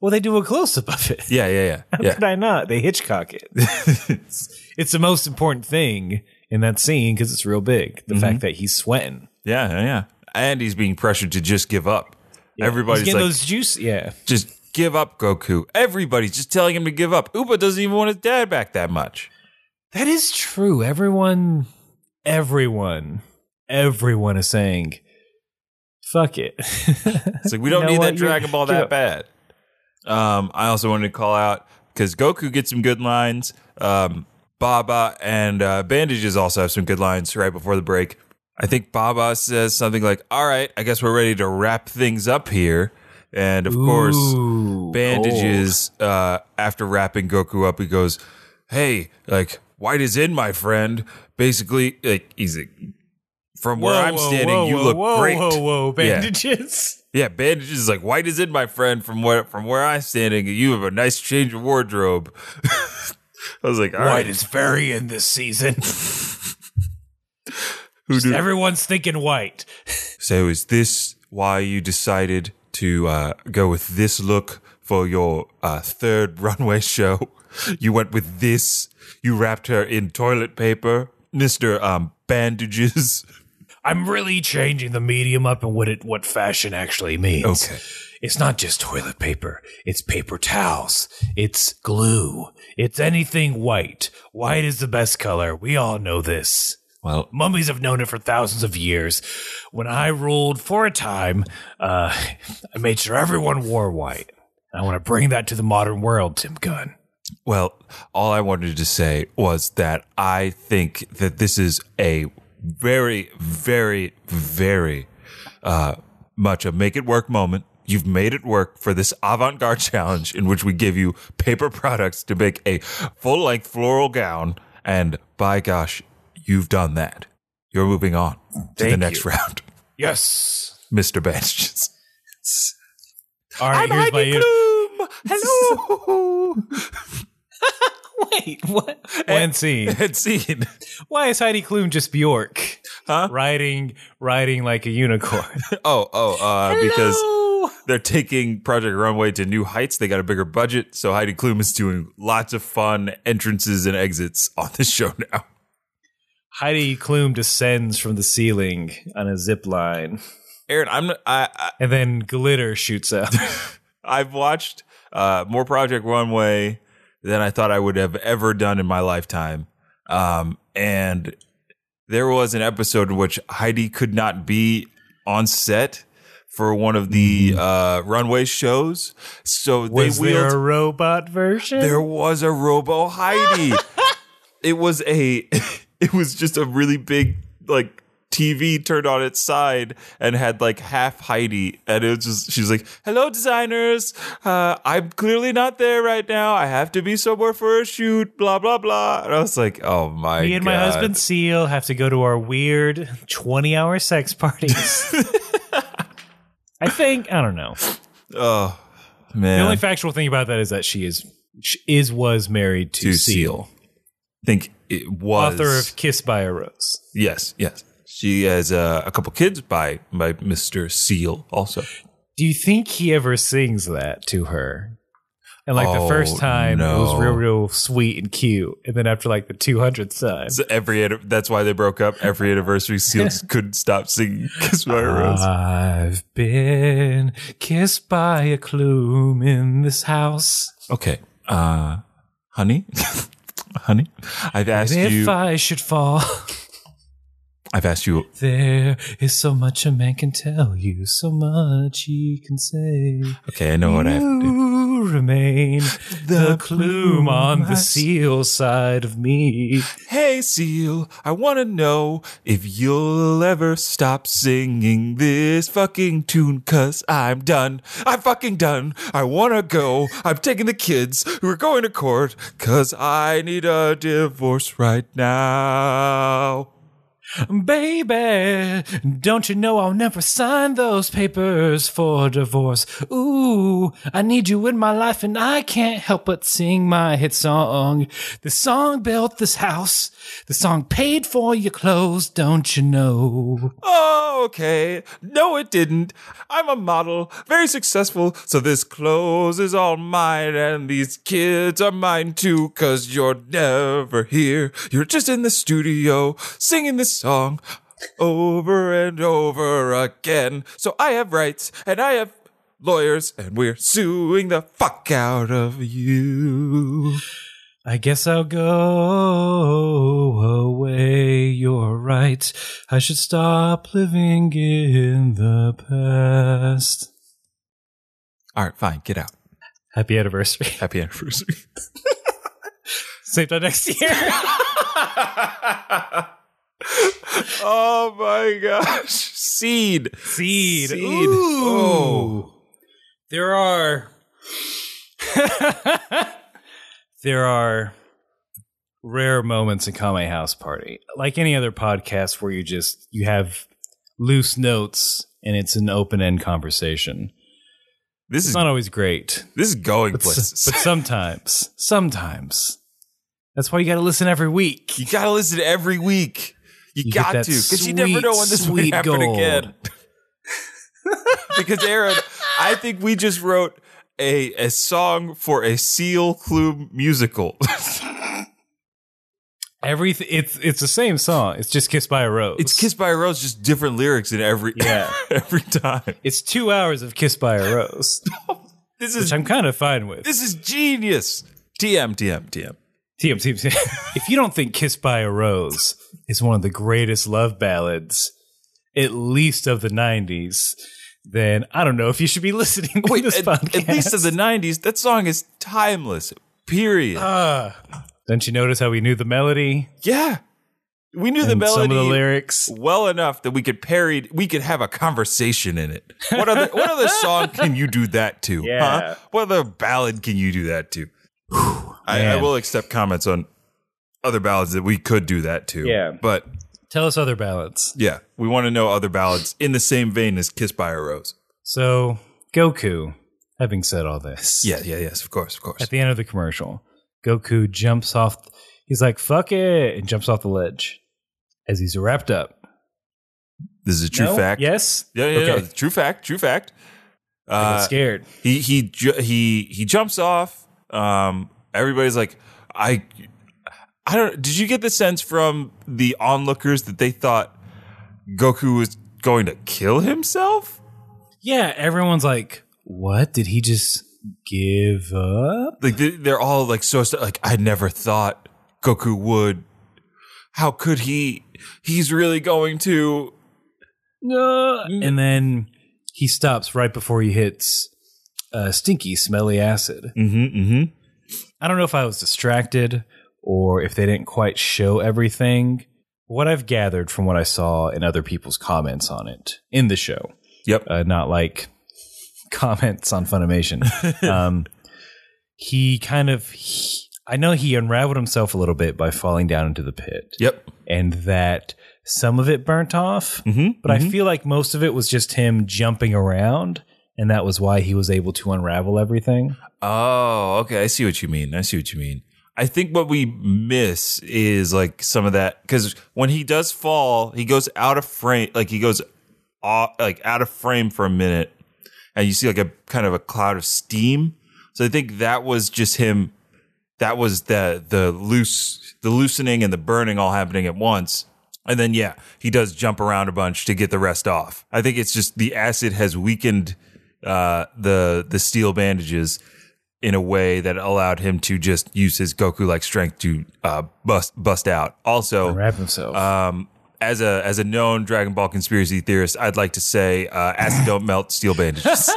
[SPEAKER 3] Well, they do a close-up of it.
[SPEAKER 2] Yeah, yeah, yeah.
[SPEAKER 3] How
[SPEAKER 2] yeah.
[SPEAKER 3] could I not? They Hitchcock it. it's, it's the most important thing in that scene because it's real big.
[SPEAKER 2] Mm-hmm.
[SPEAKER 3] The fact that he's sweating.
[SPEAKER 2] yeah, yeah, yeah. And he's being pressured to just give up.
[SPEAKER 3] He's
[SPEAKER 2] Everybody's
[SPEAKER 3] getting
[SPEAKER 2] like,
[SPEAKER 3] those juice. Yeah.
[SPEAKER 2] just give up, Goku. Everybody's just telling him to give up. Upa doesn't even want his dad back that much.
[SPEAKER 3] That is true. Everyone, everyone, everyone is saying, fuck it.
[SPEAKER 2] It's like we don't
[SPEAKER 3] You know
[SPEAKER 2] need
[SPEAKER 3] what?
[SPEAKER 2] that
[SPEAKER 3] You-
[SPEAKER 2] Dragon Ball
[SPEAKER 3] you
[SPEAKER 2] that bad. Um, I also wanted to call out because Goku gets some good lines. Um, Baba and uh, Bandages also have some good lines right before the break. I think Baba says something like, "All right, I guess we're ready to wrap things up here." And of course,
[SPEAKER 3] Ooh,
[SPEAKER 2] bandages uh, after wrapping Goku up. He goes, "Hey, like white is in, my friend." Basically, like he's like, from
[SPEAKER 3] gold.
[SPEAKER 2] where I'm
[SPEAKER 3] Whoa,
[SPEAKER 2] standing,
[SPEAKER 3] whoa,
[SPEAKER 2] you
[SPEAKER 3] whoa,
[SPEAKER 2] look
[SPEAKER 3] whoa,
[SPEAKER 2] great.
[SPEAKER 3] Whoa, whoa,
[SPEAKER 2] Yeah.
[SPEAKER 3] bandages.
[SPEAKER 2] Yeah, bandages is like white is in, my friend. From where from where I'm standing, you have a nice change of wardrobe. I was like, all right,
[SPEAKER 1] White is very in this season.
[SPEAKER 2] who do
[SPEAKER 3] Everyone's thinking white.
[SPEAKER 2] So is this why you decided to uh, go with this look for your uh, third runway show? You went with this. You wrapped her in toilet paper, Mister um, Bandages.
[SPEAKER 1] I'm really changing the medium up and what it what fashion actually means.
[SPEAKER 2] Okay.
[SPEAKER 1] It's not just toilet paper. It's paper towels. It's glue. It's anything white. White is the best color. We all know this.
[SPEAKER 2] Well,
[SPEAKER 1] Mummies have known it for thousands of years. When I ruled for a time, uh, I made sure everyone wore white. I want to bring that to the modern world, Tim Gunn.
[SPEAKER 2] Well, all I wanted to say was that I think that this is a very, very, very uh, much a make it work moment. You've made it work for this avant garde challenge in which we give you paper products to make a full length floral gown. And by gosh, you've done that. You're moving on to the
[SPEAKER 1] Thank
[SPEAKER 2] next
[SPEAKER 1] you.
[SPEAKER 2] round,
[SPEAKER 1] Yes.
[SPEAKER 2] Mr. Banches.
[SPEAKER 3] All right, here's my u-
[SPEAKER 2] Bloom. Hello.
[SPEAKER 3] Wait, what? And scene.
[SPEAKER 2] and scene.
[SPEAKER 3] Why is Heidi Klum just Bjork?
[SPEAKER 2] Huh?
[SPEAKER 3] Riding, riding like a unicorn.
[SPEAKER 2] Oh, oh, uh, because
[SPEAKER 3] Hello.
[SPEAKER 2] they're taking Project Runway to new heights. They got a bigger budget, so Heidi Klum is doing lots of fun entrances and exits on this show now.
[SPEAKER 3] Heidi Klum descends from the ceiling on a zip line,
[SPEAKER 2] Aaron, I'm not- I, I
[SPEAKER 3] and then glitter shoots out.
[SPEAKER 2] I've watched uh, more Project Runway than I thought I would have ever done in my lifetime, um, and there was an episode in which Heidi could not be on set for one of the uh, runway shows, so
[SPEAKER 3] Was
[SPEAKER 2] they wheeled.
[SPEAKER 3] there a robot version?
[SPEAKER 2] There was a Robo Heidi. it was a it was just a really big like TV turned on its side and had like half Heidi and it was just she's like, "Hello designers. Uh I'm clearly not there right now. I have to be somewhere for a shoot, blah blah blah." And I was like, "Oh my
[SPEAKER 3] Me and my
[SPEAKER 2] God.
[SPEAKER 3] husband Seal have to go to our weird 20 hour sex parties. I think, I don't know.
[SPEAKER 2] Oh, man.
[SPEAKER 3] The only factual thing about that is that she is she is was married
[SPEAKER 2] To
[SPEAKER 3] to, Seal,
[SPEAKER 2] seal. I think it was
[SPEAKER 3] author of Kiss by a Rose.
[SPEAKER 2] Yes, yes. She has uh, a couple kids by by Mr. Seal also.
[SPEAKER 3] Do you think he ever sings that to her? And like the
[SPEAKER 2] Oh,
[SPEAKER 3] first time, it was
[SPEAKER 2] no.
[SPEAKER 3] real, real sweet and cute. And then after like the 200th time,
[SPEAKER 2] So every anni- that's why they broke up. Every anniversary, Seal couldn't stop singing "Kiss
[SPEAKER 3] Uh,
[SPEAKER 2] My Rose."
[SPEAKER 3] I've been kissed by a clume in this house.
[SPEAKER 2] okay, uh, honey, honey, I've asked
[SPEAKER 3] And if
[SPEAKER 2] you. I-
[SPEAKER 3] I should fall,
[SPEAKER 2] have asked you.
[SPEAKER 3] there is so much a man can tell you, so much he can say.
[SPEAKER 2] Okay, I know what I have to do.
[SPEAKER 3] You remain the, clume on the
[SPEAKER 2] must-
[SPEAKER 3] seal side of me.
[SPEAKER 2] Hey, Seal, I want to know if you'll ever stop singing this fucking tune, cause I'm done. I'm fucking done. I want to go. I'm taking the kids. We're going to court, cause I need a divorce right now.
[SPEAKER 3] Baby, don't you know I'll never sign those papers for divorce? Ooh, I need you in my life and I can't help but sing my hit song. The song built this house, the song paid for your clothes, don't you know?
[SPEAKER 2] Oh, okay. No, it didn't. I'm a model, very successful, so this clothes is all mine, and these kids are mine too, cause you're never here. You're just in the studio singing this song over and over again. So I have rights, and I have lawyers, and we're suing the fuck out of you.
[SPEAKER 3] I guess I'll go away, you're right. I should stop living in the past.
[SPEAKER 2] All right, fine, get out.
[SPEAKER 3] Happy anniversary.
[SPEAKER 2] Happy anniversary.
[SPEAKER 3] Same time next year.
[SPEAKER 2] oh my gosh. Seed.
[SPEAKER 3] Seed.
[SPEAKER 2] Seed.
[SPEAKER 3] Ooh.
[SPEAKER 2] Oh.
[SPEAKER 3] There are. there are rare moments in Kame House Party. Like any other podcast where you just you have loose notes and it's an open-end conversation.
[SPEAKER 2] This
[SPEAKER 3] It's
[SPEAKER 2] is
[SPEAKER 3] not always great,
[SPEAKER 2] this is going
[SPEAKER 3] but, s-
[SPEAKER 2] places.
[SPEAKER 3] but sometimes, sometimes that's why you got to listen every week.
[SPEAKER 2] You gotta listen every week. You,
[SPEAKER 3] You get
[SPEAKER 2] got
[SPEAKER 3] that
[SPEAKER 2] to. Because you never
[SPEAKER 3] sweet,
[SPEAKER 2] know when this might
[SPEAKER 3] sweet
[SPEAKER 2] happen
[SPEAKER 3] gold.
[SPEAKER 2] again. because Aaron, I think we just wrote a a song for a Seal Clue musical.
[SPEAKER 3] Everything it's it's the same song. It's just "Kissed by a Rose."
[SPEAKER 2] it's Kissed by a Rose, just different lyrics in every
[SPEAKER 3] Yeah.
[SPEAKER 2] every time.
[SPEAKER 3] It's two hours of "Kissed by a Rose,"
[SPEAKER 2] This
[SPEAKER 3] which
[SPEAKER 2] is
[SPEAKER 3] I'm kind of fine with.
[SPEAKER 2] this is genius. TM TM TM.
[SPEAKER 3] TM, TM, if you don't think Kissed by a Rose is one of the greatest love ballads, at least of the 90s, then I don't know if you should be listening to this
[SPEAKER 2] at,
[SPEAKER 3] podcast.
[SPEAKER 2] at least in the 90s, that song is timeless, period.
[SPEAKER 3] Uh, Don't you notice how we knew the melody
[SPEAKER 2] yeah. We knew the
[SPEAKER 3] and
[SPEAKER 2] melody
[SPEAKER 3] some of the lyrics?
[SPEAKER 2] well enough that we could parry, we could have a conversation in it. What other, what other song can you do that to?
[SPEAKER 3] Yeah.
[SPEAKER 2] What other ballad can you do that to? Whew. I, I
[SPEAKER 3] Man.
[SPEAKER 2] will accept comments on other ballads that we could do that to.
[SPEAKER 3] Yeah.
[SPEAKER 2] But
[SPEAKER 3] Tell us other ballads.
[SPEAKER 2] yeah, we want to know other ballads in the same vein as Kiss by a Rose.
[SPEAKER 3] So Goku, having said all this,
[SPEAKER 2] Yeah, yeah, yes, of course, of course.
[SPEAKER 3] at the end of the commercial, Goku jumps off. He's like, "Fuck it!" and jumps off the ledge as he's wrapped up.
[SPEAKER 2] this is a true
[SPEAKER 3] No?
[SPEAKER 2] fact.
[SPEAKER 3] Yes.
[SPEAKER 2] Yeah, yeah,
[SPEAKER 3] Okay.
[SPEAKER 2] yeah. True fact. True fact.
[SPEAKER 3] I
[SPEAKER 2] Uh,
[SPEAKER 3] got scared.
[SPEAKER 2] he he ju- he he jumps off. Um, everybody's like, I, I don't. Did you get the sense from the onlookers that they thought Goku was going to kill himself?
[SPEAKER 3] Yeah, everyone's like, "What did he just give up?"
[SPEAKER 2] Like they, they're all like so st- like I never thought Goku would. How could he? He's really going to.
[SPEAKER 3] No. Uh, And then he stops right before he hits uh, stinky, smelly acid.
[SPEAKER 2] Mm-hmm, mm-hmm.
[SPEAKER 3] I don't know if I was distracted or if they didn't quite show everything. What I've gathered from what I saw in other people's comments on it in the show,
[SPEAKER 2] Yep.
[SPEAKER 3] uh, not like comments on Funimation. um, he kind of, he- I know he unraveled himself a little bit by falling down into the pit,
[SPEAKER 2] Yep.
[SPEAKER 3] and that some of it burnt off,
[SPEAKER 2] Mm-hmm.
[SPEAKER 3] but I feel like most of it was just him jumping around, and that was why he was able to unravel everything.
[SPEAKER 2] Oh, okay. I see what you mean. I see what you mean. I think what we miss is like some of that because when he does fall, he goes out of frame, like he goes off, like out of frame for a minute, and you see like a kind of a cloud of steam. So I think that was just him. That was the the loose, the loosening and the burning all happening at once. And then yeah, he does jump around a bunch to get the rest off. I think it's just the acid has weakened uh, the the steel bandages in a way that allowed him to just use his Goku like strength to uh, bust bust out. Also,
[SPEAKER 3] Unwrap himself.
[SPEAKER 2] um, as a as a known Dragon Ball conspiracy theorist, I'd like to say uh, acid don't melt steel bandages.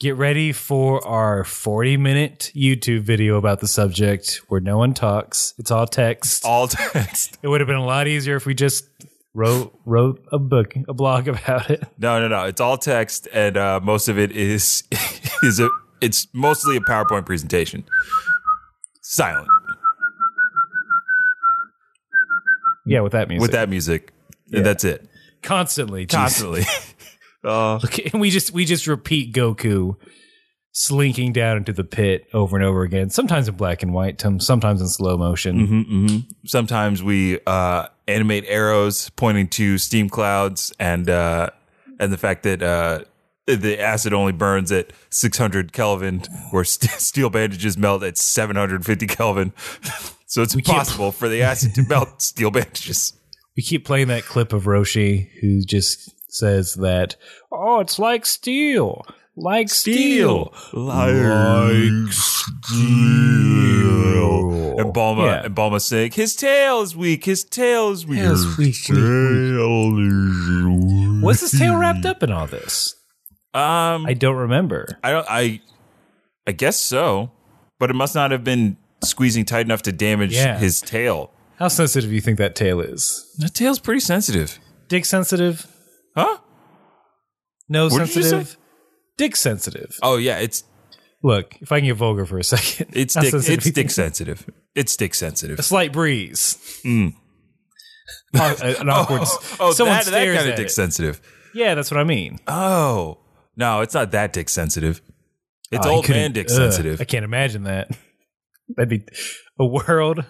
[SPEAKER 3] Get ready for our 40 minute YouTube video about the subject where no one talks. It's all text.
[SPEAKER 2] All text.
[SPEAKER 3] it would have been a lot easier if we just wrote wrote a book, a blog about it.
[SPEAKER 2] No, no, no. It's all text, and uh, most of it is is a. It's mostly a PowerPoint presentation. Silent
[SPEAKER 3] Yeah, with that music.
[SPEAKER 2] with that music. And that's it.
[SPEAKER 3] constantly. Jesus.
[SPEAKER 2] Constantly. uh,
[SPEAKER 3] Okay, and we just we just repeat Goku slinking down into the pit over and over again, sometimes in black and white, tom- sometimes in slow motion.
[SPEAKER 2] Mm-hmm. sometimes we uh, animate arrows pointing to steam clouds and uh, and the fact that uh, the acid only burns at 600 Kelvin, where st- steel bandages melt at 750 Kelvin. So it's
[SPEAKER 3] can't-
[SPEAKER 2] impossible for the acid to melt steel bandages.
[SPEAKER 3] We keep playing that clip of Roshi who just says that, "Oh, it's like steel." Like steel.
[SPEAKER 2] like steel. Oh, And Balma
[SPEAKER 3] Yeah.
[SPEAKER 2] and Balma saying, "His tail is weak. His tail is weak.
[SPEAKER 3] Tail is weak,
[SPEAKER 2] His tail is weak."
[SPEAKER 3] What's his tail wrapped up in all this?
[SPEAKER 2] Um,
[SPEAKER 3] I don't remember.
[SPEAKER 2] I don't. I. I guess so, but it must not have been squeezing tight enough to damage
[SPEAKER 3] Yeah.
[SPEAKER 2] his tail.
[SPEAKER 3] How sensitive do you think that tail is?
[SPEAKER 2] That tail's pretty sensitive,
[SPEAKER 3] Dick sensitive?
[SPEAKER 2] huh?
[SPEAKER 3] Nose
[SPEAKER 2] What did you
[SPEAKER 3] sensitive? Dick sensitive.
[SPEAKER 2] Oh yeah, it's
[SPEAKER 3] Look, if I can get vulgar for a second,
[SPEAKER 2] it's
[SPEAKER 3] how
[SPEAKER 2] dick,
[SPEAKER 3] sensitive
[SPEAKER 2] it's
[SPEAKER 3] you think-
[SPEAKER 2] dick sensitive. It's dick sensitive.
[SPEAKER 3] A slight breeze. Oh, a- an awkward.
[SPEAKER 2] Mm. Oh,
[SPEAKER 3] someone
[SPEAKER 2] that, that
[SPEAKER 3] stares
[SPEAKER 2] kind of
[SPEAKER 3] at
[SPEAKER 2] dick
[SPEAKER 3] it.
[SPEAKER 2] sensitive.
[SPEAKER 3] Yeah, that's what I mean.
[SPEAKER 2] Oh no, it's not that dick sensitive. It's
[SPEAKER 3] Oh, I
[SPEAKER 2] old
[SPEAKER 3] couldn't-
[SPEAKER 2] man dick
[SPEAKER 3] ugh,
[SPEAKER 2] sensitive.
[SPEAKER 3] I can't imagine that. That'd be a world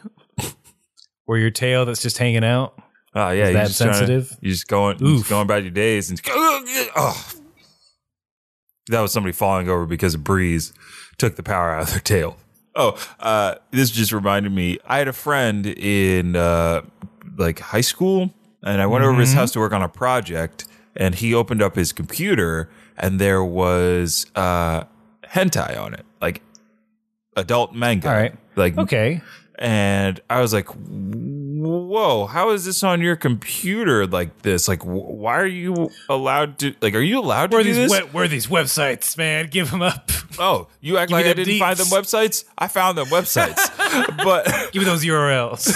[SPEAKER 3] where your tail that's just hanging out.
[SPEAKER 2] Oh yeah,
[SPEAKER 3] that
[SPEAKER 2] trying to-
[SPEAKER 3] sensitive?
[SPEAKER 2] you're just going, you're just
[SPEAKER 3] Oof.
[SPEAKER 2] going about your days, and oh. that was somebody falling over because a breeze took the power out of their tail. Oh, uh, this just reminded me. I had a friend in uh, like high school, and I went over to
[SPEAKER 3] Mm-hmm.
[SPEAKER 2] his house to work on a project, and he opened up his computer, and there was uh, hentai on it, like adult manga.
[SPEAKER 3] All right.
[SPEAKER 2] like
[SPEAKER 3] Okay.
[SPEAKER 2] and I was like, "Wh- whoa, how is this on your computer like this? Like, wh- why are you allowed to? Like, are you allowed to
[SPEAKER 3] Where are
[SPEAKER 2] do
[SPEAKER 3] these
[SPEAKER 2] this?
[SPEAKER 3] we- where are these websites, man? Give them up.
[SPEAKER 2] oh, you act like
[SPEAKER 3] me
[SPEAKER 2] I
[SPEAKER 3] them
[SPEAKER 2] didn't find them
[SPEAKER 3] deets.
[SPEAKER 2] websites. I found them websites, but
[SPEAKER 3] Give me those URLs.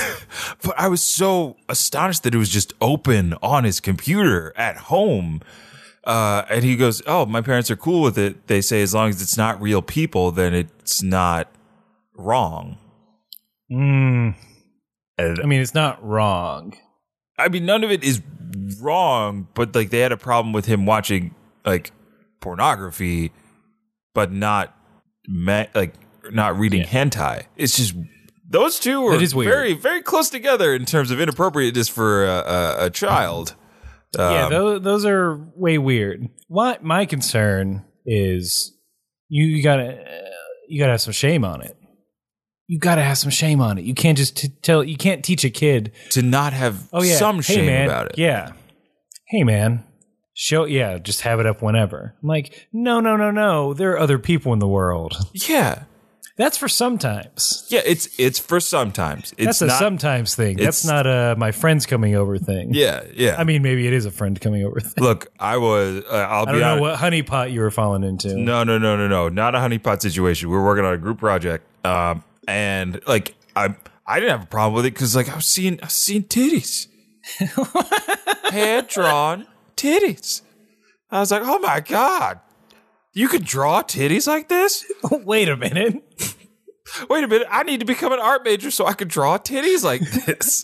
[SPEAKER 2] but I was so astonished that it was just open on his computer at home. Uh, and he goes, "Oh, my parents are cool with it. They say as long as it's not real people, then it's not wrong."
[SPEAKER 3] Mm. I mean, it's not wrong.
[SPEAKER 2] I mean, none of it is wrong, but like they had a problem with him watching like pornography, but not ma- like not reading hentai. It's just those two were
[SPEAKER 3] That is weird.
[SPEAKER 2] very very close together in terms of inappropriateness for uh, a, a child.
[SPEAKER 3] yeah,
[SPEAKER 2] Um,
[SPEAKER 3] those, those are way weird. What my concern is, you, you gotta uh, you gotta have some shame on it. You gotta have some shame on it. You can't just t- tell. You can't teach a kid.
[SPEAKER 2] to not have
[SPEAKER 3] Oh yeah,
[SPEAKER 2] some
[SPEAKER 3] hey,
[SPEAKER 2] shame
[SPEAKER 3] man.
[SPEAKER 2] about it.
[SPEAKER 3] Yeah, hey man, show yeah, just have it up whenever. I'm like, no, no, no, no. There are other people in the world.
[SPEAKER 2] yeah,
[SPEAKER 3] That's for sometimes.
[SPEAKER 2] yeah. It's it's for sometimes. It's
[SPEAKER 3] That's a
[SPEAKER 2] not.
[SPEAKER 3] sometimes thing.
[SPEAKER 2] it's-
[SPEAKER 3] That's not a my friend's coming over thing.
[SPEAKER 2] yeah, yeah.
[SPEAKER 3] I mean, maybe it is a friend coming over thing.
[SPEAKER 2] look, I was. Uh, I'll be
[SPEAKER 3] I don't know
[SPEAKER 2] honest.
[SPEAKER 3] what honeypot you were falling into.
[SPEAKER 2] No, no, no, no, no. Not a honeypot situation. We were working on a group project, um, and like I, I didn't have a problem with it because like I was seeing, I was seeing titties, hand drawn titties. I was like, oh my god, you could draw titties like this?
[SPEAKER 3] Wait a minute.
[SPEAKER 2] Wait a minute, I need to become an art major so I could draw titties like this.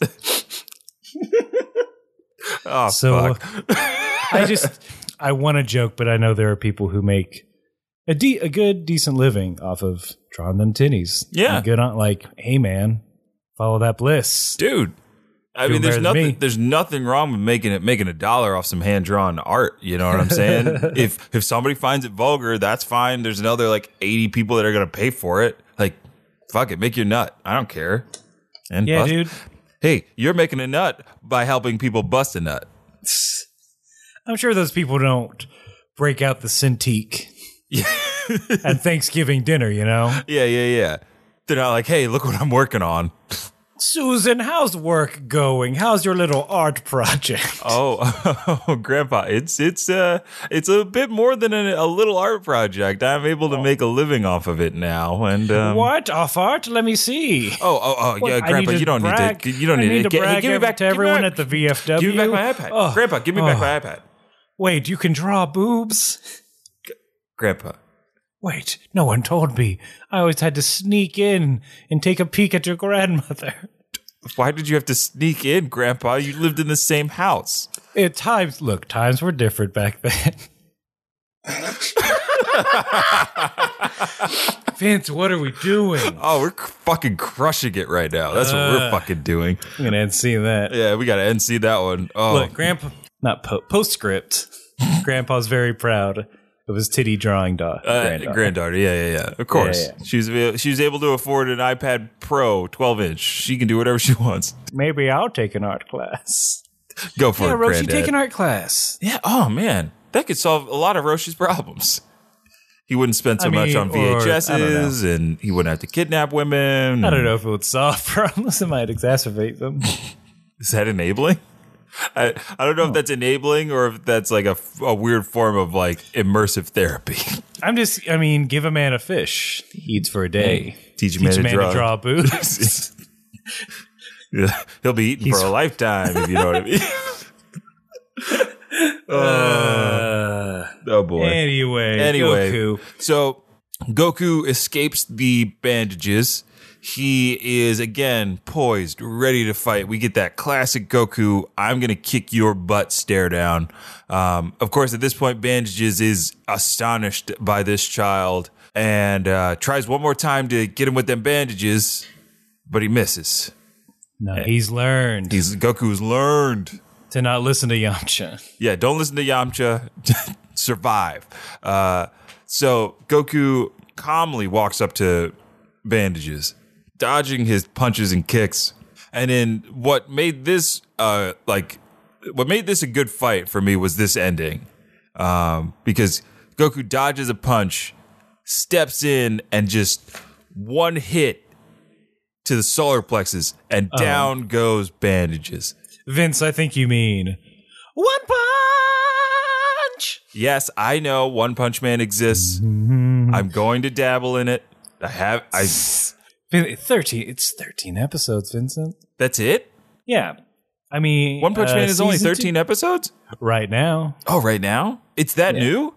[SPEAKER 2] oh
[SPEAKER 3] So
[SPEAKER 2] fuck!
[SPEAKER 3] I just I want to joke, but I know there are people who make a de- a good decent living off of drawing them titties.
[SPEAKER 2] Yeah.
[SPEAKER 3] I'm good on like, hey man, follow that bliss.
[SPEAKER 2] dude. I
[SPEAKER 3] Doing
[SPEAKER 2] mean, there's
[SPEAKER 3] better than
[SPEAKER 2] nothing.
[SPEAKER 3] me.
[SPEAKER 2] There's nothing wrong with making it making a dollar off some hand drawn art. You know what I'm saying? if if somebody finds it vulgar, that's fine. There's another like 80 people that are gonna pay for it. Like, fuck it, make your nut. I don't care. And
[SPEAKER 3] Yeah,
[SPEAKER 2] bust-
[SPEAKER 3] dude.
[SPEAKER 2] Hey, you're making a nut by helping people bust a nut.
[SPEAKER 3] I'm sure those people don't break out the Cintiq at Thanksgiving dinner, you know.
[SPEAKER 2] Yeah, yeah, yeah. They're not like, hey, look what I'm working on.
[SPEAKER 3] Susan, how's work going? How's your little art project?
[SPEAKER 2] Oh, grandpa, it's it's uh it's a bit more than a, a little art project. I'm able to make a living off of it now. And um,
[SPEAKER 3] what off art? Let me see.
[SPEAKER 2] Oh, oh, oh,
[SPEAKER 3] Look,
[SPEAKER 2] yeah,
[SPEAKER 3] I
[SPEAKER 2] Grandpa,
[SPEAKER 3] need to
[SPEAKER 2] you don't
[SPEAKER 3] brag.
[SPEAKER 2] need to. You don't
[SPEAKER 3] I
[SPEAKER 2] need,
[SPEAKER 3] to
[SPEAKER 2] Gi-
[SPEAKER 3] brag
[SPEAKER 2] give me back
[SPEAKER 3] to everyone
[SPEAKER 2] give me
[SPEAKER 3] at the
[SPEAKER 2] back-
[SPEAKER 3] VFW.
[SPEAKER 2] Give me back my iPad,
[SPEAKER 3] Oh,
[SPEAKER 2] Grandpa. Give me back
[SPEAKER 3] oh.
[SPEAKER 2] my iPad,
[SPEAKER 3] Wait, you can draw boobs?
[SPEAKER 2] Grandpa.
[SPEAKER 3] Wait, no one told me. I always had to sneak in and take a peek at your grandmother.
[SPEAKER 2] Why did you have to sneak in, Grandpa? You lived in the same house.
[SPEAKER 3] It times look, times were different back then. Vince, what are we doing?
[SPEAKER 2] Oh, we're c- fucking crushing it right now. That's what we're fucking doing.
[SPEAKER 3] I'm gonna end seeing that.
[SPEAKER 2] Yeah, we got to NC that one. Oh,
[SPEAKER 3] Look, Grandpa, not po- postscript. Grandpa's very proud of his titty drawing dog.
[SPEAKER 2] uh,
[SPEAKER 3] granddaughter.
[SPEAKER 2] granddaughter. Yeah, yeah, yeah. Of course,
[SPEAKER 3] yeah.
[SPEAKER 2] she's avail- she's able to afford an iPad Pro 12 inch. She can do whatever she wants.
[SPEAKER 3] Maybe I'll take an art class.
[SPEAKER 2] Go for
[SPEAKER 3] Yeah,
[SPEAKER 2] it,
[SPEAKER 3] Roshi,
[SPEAKER 2] Granddad.
[SPEAKER 3] take an art class.
[SPEAKER 2] yeah. Oh man, that could solve a lot of Roshi's problems. He wouldn't spend so
[SPEAKER 3] I
[SPEAKER 2] much
[SPEAKER 3] mean,
[SPEAKER 2] on
[SPEAKER 3] or- I don't know.
[SPEAKER 2] VHSs, and he wouldn't have to kidnap women.
[SPEAKER 3] I don't know if it would solve problems. It might exacerbate them.
[SPEAKER 2] Is that enabling? I, I don't know if that's enabling or if that's like a, f- a weird form of like immersive therapy.
[SPEAKER 3] I'm just, I mean, give a man a fish. He eats for a day.
[SPEAKER 2] Teach a
[SPEAKER 3] Teach
[SPEAKER 2] man,
[SPEAKER 3] a man to draw boobs.
[SPEAKER 2] Yeah, He'll be eating for a lifetime if you know what I mean.
[SPEAKER 3] uh,
[SPEAKER 2] oh boy.
[SPEAKER 3] anyway,
[SPEAKER 2] Anyway,
[SPEAKER 3] Goku.
[SPEAKER 2] so Goku escapes the bandages. He is again poised, ready to fight. We get that classic Goku, I'm going to kick your butt stare down. Um, of course, at this point, Bandages is astonished by this child and uh, tries one more time to get him with them bandages, but he misses.
[SPEAKER 3] No, he's learned
[SPEAKER 2] He's Goku's learned.
[SPEAKER 3] to not listen to Yamcha.
[SPEAKER 2] Yeah, don't listen to Yamcha. Survive. Uh, so Goku calmly walks up to bandages, dodging his punches and kicks. And then what made this uh, like what made this a good fight for me was this ending, um, because Goku dodges a punch, steps in, and just one hit to the solar plexus, and down goes bandages.
[SPEAKER 3] Vince, I think you mean one punch.
[SPEAKER 2] Yes, I know One Punch Man exists.
[SPEAKER 3] Mm-hmm.
[SPEAKER 2] I'm going to dabble in it. I have. I.
[SPEAKER 3] Vin- Thirteen. It's thirteen episodes, Vincent.
[SPEAKER 2] That's it.
[SPEAKER 3] Yeah. I mean,
[SPEAKER 2] One Punch
[SPEAKER 3] uh,
[SPEAKER 2] Man is only
[SPEAKER 3] season two-
[SPEAKER 2] 13 episodes.
[SPEAKER 3] right now.
[SPEAKER 2] Oh, right now it's that new.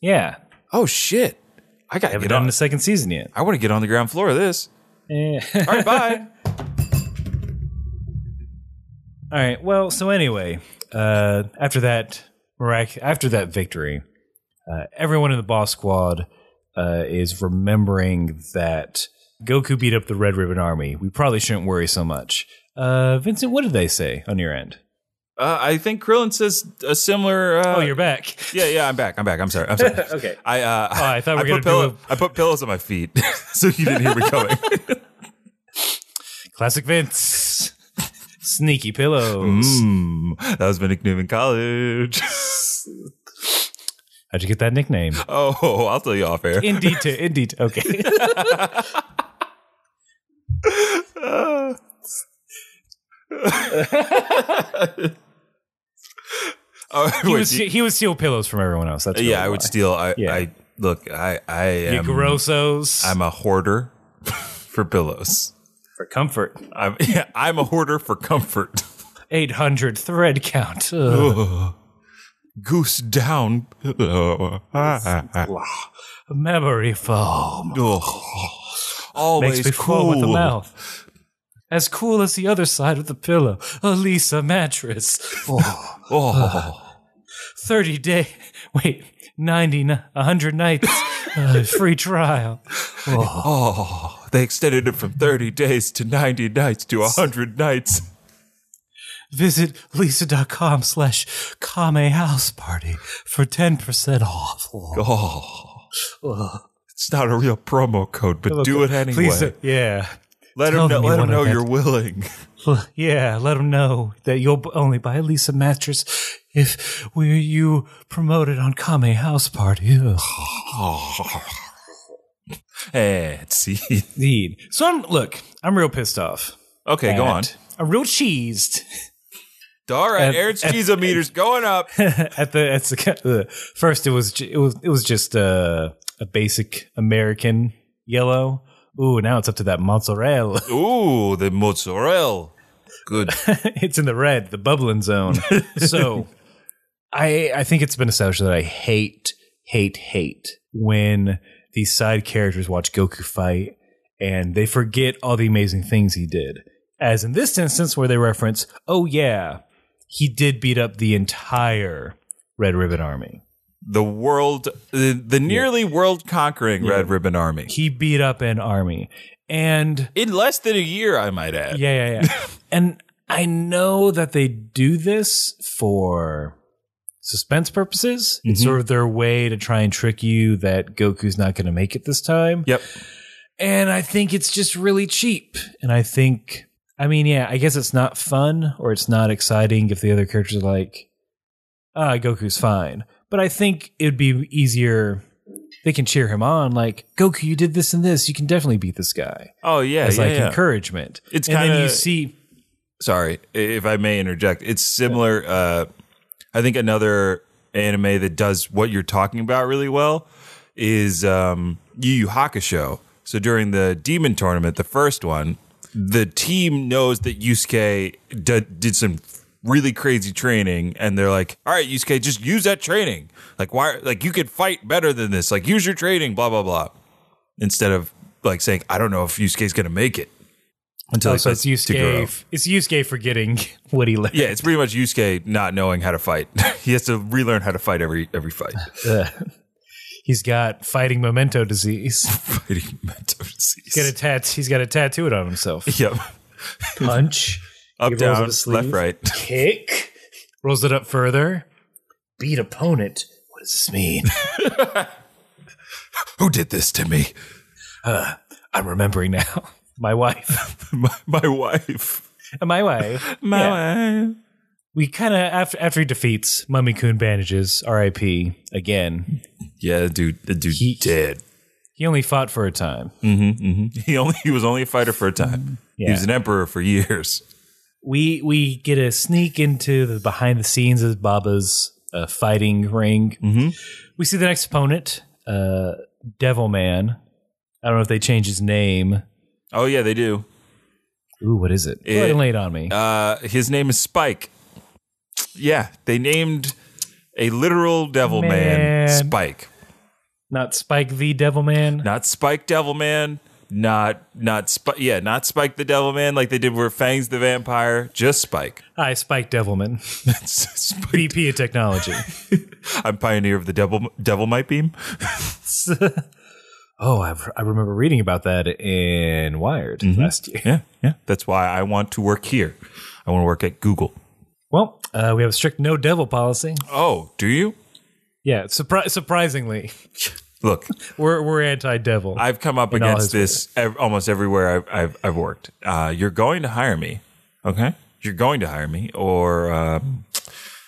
[SPEAKER 3] Yeah,
[SPEAKER 2] Oh shit! I got to
[SPEAKER 3] haven't
[SPEAKER 2] get
[SPEAKER 3] done
[SPEAKER 2] on.
[SPEAKER 3] the second season yet.
[SPEAKER 2] I want to get on the ground floor of this.
[SPEAKER 3] Eh.
[SPEAKER 2] All right, bye.
[SPEAKER 3] All right. Well, so anyway, uh, after that mirac- after that victory, uh, everyone in the boss squad uh, is remembering that Goku beat up the Red Ribbon Army. We probably shouldn't worry so much. Uh, Vincent, what did they say on your end?
[SPEAKER 2] Uh, I think Krillin says a similar. Uh,
[SPEAKER 3] Oh, you're back.
[SPEAKER 2] Yeah, yeah, I'm back. I'm back. I'm sorry. I'm sorry.
[SPEAKER 3] Okay. Oh,
[SPEAKER 2] I uh,
[SPEAKER 3] I thought we were
[SPEAKER 2] put
[SPEAKER 3] gonna do
[SPEAKER 2] pillow- I put pillows on my feet, so you didn't hear me coming.
[SPEAKER 3] Classic Vince. Sneaky pillows.
[SPEAKER 2] mm, that was my nickname in college.
[SPEAKER 3] How'd you get that nickname?
[SPEAKER 2] oh, I'll tell you off air.
[SPEAKER 3] In detail. In detail. Okay.
[SPEAKER 2] Oh,
[SPEAKER 3] He
[SPEAKER 2] wait,
[SPEAKER 3] would,
[SPEAKER 2] you-
[SPEAKER 3] steal, he would steal pillows from everyone else. That's
[SPEAKER 2] yeah,
[SPEAKER 3] really
[SPEAKER 2] I would
[SPEAKER 3] why.
[SPEAKER 2] steal. I,
[SPEAKER 3] Yeah.
[SPEAKER 2] I look. I, I
[SPEAKER 3] You
[SPEAKER 2] am.
[SPEAKER 3] Grossos
[SPEAKER 2] I'm a hoarder for pillows.
[SPEAKER 3] for comfort.
[SPEAKER 2] I'm yeah, I'm a hoarder for comfort.
[SPEAKER 3] 800 thread count. Ugh.
[SPEAKER 2] Goose down pillow.
[SPEAKER 3] Memory foam.
[SPEAKER 2] Always
[SPEAKER 3] Makes me foam at the
[SPEAKER 2] cool.
[SPEAKER 3] mouth. As cool as the other side of the pillow. A Lisa mattress.
[SPEAKER 2] Oh,
[SPEAKER 3] 30 day. Wait, 90, ni- 100 nights. uh, free trial.
[SPEAKER 2] oh, they extended it from 30 days to 90 nights to 100 nights.
[SPEAKER 3] Visit lisa.com slash Kame House Party for 10% off.
[SPEAKER 2] Oh, it's not a real promo code, but do it anyway.
[SPEAKER 3] Please, uh, yeah.
[SPEAKER 2] let
[SPEAKER 3] tell
[SPEAKER 2] him know,
[SPEAKER 3] them you
[SPEAKER 2] let him
[SPEAKER 3] wanna
[SPEAKER 2] know
[SPEAKER 3] bet.
[SPEAKER 2] you're willing.
[SPEAKER 3] Well, Yeah, let them know that you'll b- only buy a Lisa mattress if we you promote it on Kame House Party. Ugh.
[SPEAKER 2] And Eh, see.
[SPEAKER 3] Indeed. So I'm look, I'm real pissed off.
[SPEAKER 2] Okay, go on.
[SPEAKER 3] at- I'm real cheesed
[SPEAKER 2] All right,
[SPEAKER 3] At-
[SPEAKER 2] Aaron's cheese meters going up.
[SPEAKER 3] at the at the uh, first. It was ju- it was it was just a a basic American yellow. Ooh, now it's up to that mozzarella.
[SPEAKER 2] Ooh, the mozzarella. Good.
[SPEAKER 3] it's in the red, the bubbling zone. so I I think it's been established that I hate, hate, hate when these side characters watch Goku fight and they forget all the amazing things he did. As in this instance where they reference, oh yeah, he did beat up the entire Red Ribbon Army.
[SPEAKER 2] The world, the, the nearly world conquering Red Ribbon Army.
[SPEAKER 3] He beat up an army. And
[SPEAKER 2] In less than a year, I might add.
[SPEAKER 3] Yeah, yeah, yeah. and I know that they do this for suspense purposes. It's sort of their way to try and trick you that Goku's not going to make it this time.
[SPEAKER 2] Yep.
[SPEAKER 3] And I think it's just really cheap. And I think, I mean, yeah, I guess it's not fun or it's not exciting if the other characters are like, ah, Goku's fine. But I think it'd be easier. They can cheer him on, like Goku, you did this and this. You can definitely beat this guy
[SPEAKER 2] Oh, yeah.
[SPEAKER 3] as
[SPEAKER 2] yeah,
[SPEAKER 3] like
[SPEAKER 2] yeah.
[SPEAKER 3] encouragement.
[SPEAKER 2] It's
[SPEAKER 3] and then
[SPEAKER 2] kinda-
[SPEAKER 3] you see
[SPEAKER 2] Sorry, i- if I may interject. It's similar. Uh, I think another anime that does what you're talking about really well is um, Yu Yu Hakusho. So during the Demon Tournament, the first one, the team knows that Yusuke d- did some really crazy training, and they're like, "All right, Yusuke, just use that training. Like, why? Like, you could fight better than this. Like, use your training. Blah blah blah." Instead of like saying, "I don't know if Yusuke's going to make it." Until
[SPEAKER 3] Oh,
[SPEAKER 2] he
[SPEAKER 3] so
[SPEAKER 2] says
[SPEAKER 3] it's
[SPEAKER 2] to Goro.
[SPEAKER 3] Yusuke. It's Yusuke forgetting what he learned.
[SPEAKER 2] Yeah, it's pretty much Yusuke not knowing how to fight. he has to relearn how to fight every every fight.
[SPEAKER 3] He's got fighting memento disease.
[SPEAKER 2] Fighting mental disease.
[SPEAKER 3] He's got a tat- He's got a tattoo it on himself.
[SPEAKER 2] Yep.
[SPEAKER 3] Punch,
[SPEAKER 2] Up,
[SPEAKER 3] rolls up
[SPEAKER 2] down,
[SPEAKER 3] his sleeve.
[SPEAKER 2] left, right.
[SPEAKER 3] kick, rolls it up further. Beat opponent. What does this mean?
[SPEAKER 2] Who did this to me?
[SPEAKER 3] I'm remembering now. My wife.
[SPEAKER 2] My, my wife.
[SPEAKER 3] My wife. Yeah.
[SPEAKER 2] wife.
[SPEAKER 3] We kind of after after he defeats Mummy Coon bandages R.I.P. again.
[SPEAKER 2] Yeah, dude. The dude
[SPEAKER 3] He-
[SPEAKER 2] dead.
[SPEAKER 3] He only fought for a time.
[SPEAKER 2] Mm-hmm. hmm hmm He only he was only a fighter for a time. He
[SPEAKER 3] Mm-hmm. Yeah.
[SPEAKER 2] was an emperor for years.
[SPEAKER 3] we we get a sneak into the behind the scenes of Baba's uh, fighting ring. Mm-hmm. We see the next opponent, uh, Devil Man. I don't know if they change his name.
[SPEAKER 2] Oh yeah, they do.
[SPEAKER 3] Ooh, what is it? Go ahead and lay it on me.
[SPEAKER 2] Uh, his name is Spike. Yeah, they named a literal devil man,
[SPEAKER 3] Man.
[SPEAKER 2] Spike.
[SPEAKER 3] Not Spike the Devil Man.
[SPEAKER 2] Not Spike Devil Man. Not not Spike. Yeah, not Spike the Devil Man like they did with Fangs the Vampire. Just Spike.
[SPEAKER 3] Hi, Spike Devilman,
[SPEAKER 2] Spike.
[SPEAKER 3] VP of Technology.
[SPEAKER 2] I'm pioneer of the devil devil might beam.
[SPEAKER 3] oh, I, I remember reading about that in Wired last year.
[SPEAKER 2] Yeah, yeah. That's why I want to work here. I want to work at Google.
[SPEAKER 3] Well, uh, we have a strict no devil policy.
[SPEAKER 2] Oh, do you?
[SPEAKER 3] Yeah, surpri- surprisingly,
[SPEAKER 2] Look,
[SPEAKER 3] we're we're anti devil.
[SPEAKER 2] I've come up
[SPEAKER 3] all
[SPEAKER 2] against
[SPEAKER 3] his
[SPEAKER 2] this ev- almost everywhere I've, I've, I've worked. Uh, you're going to hire me, okay? You're going to hire me, or um,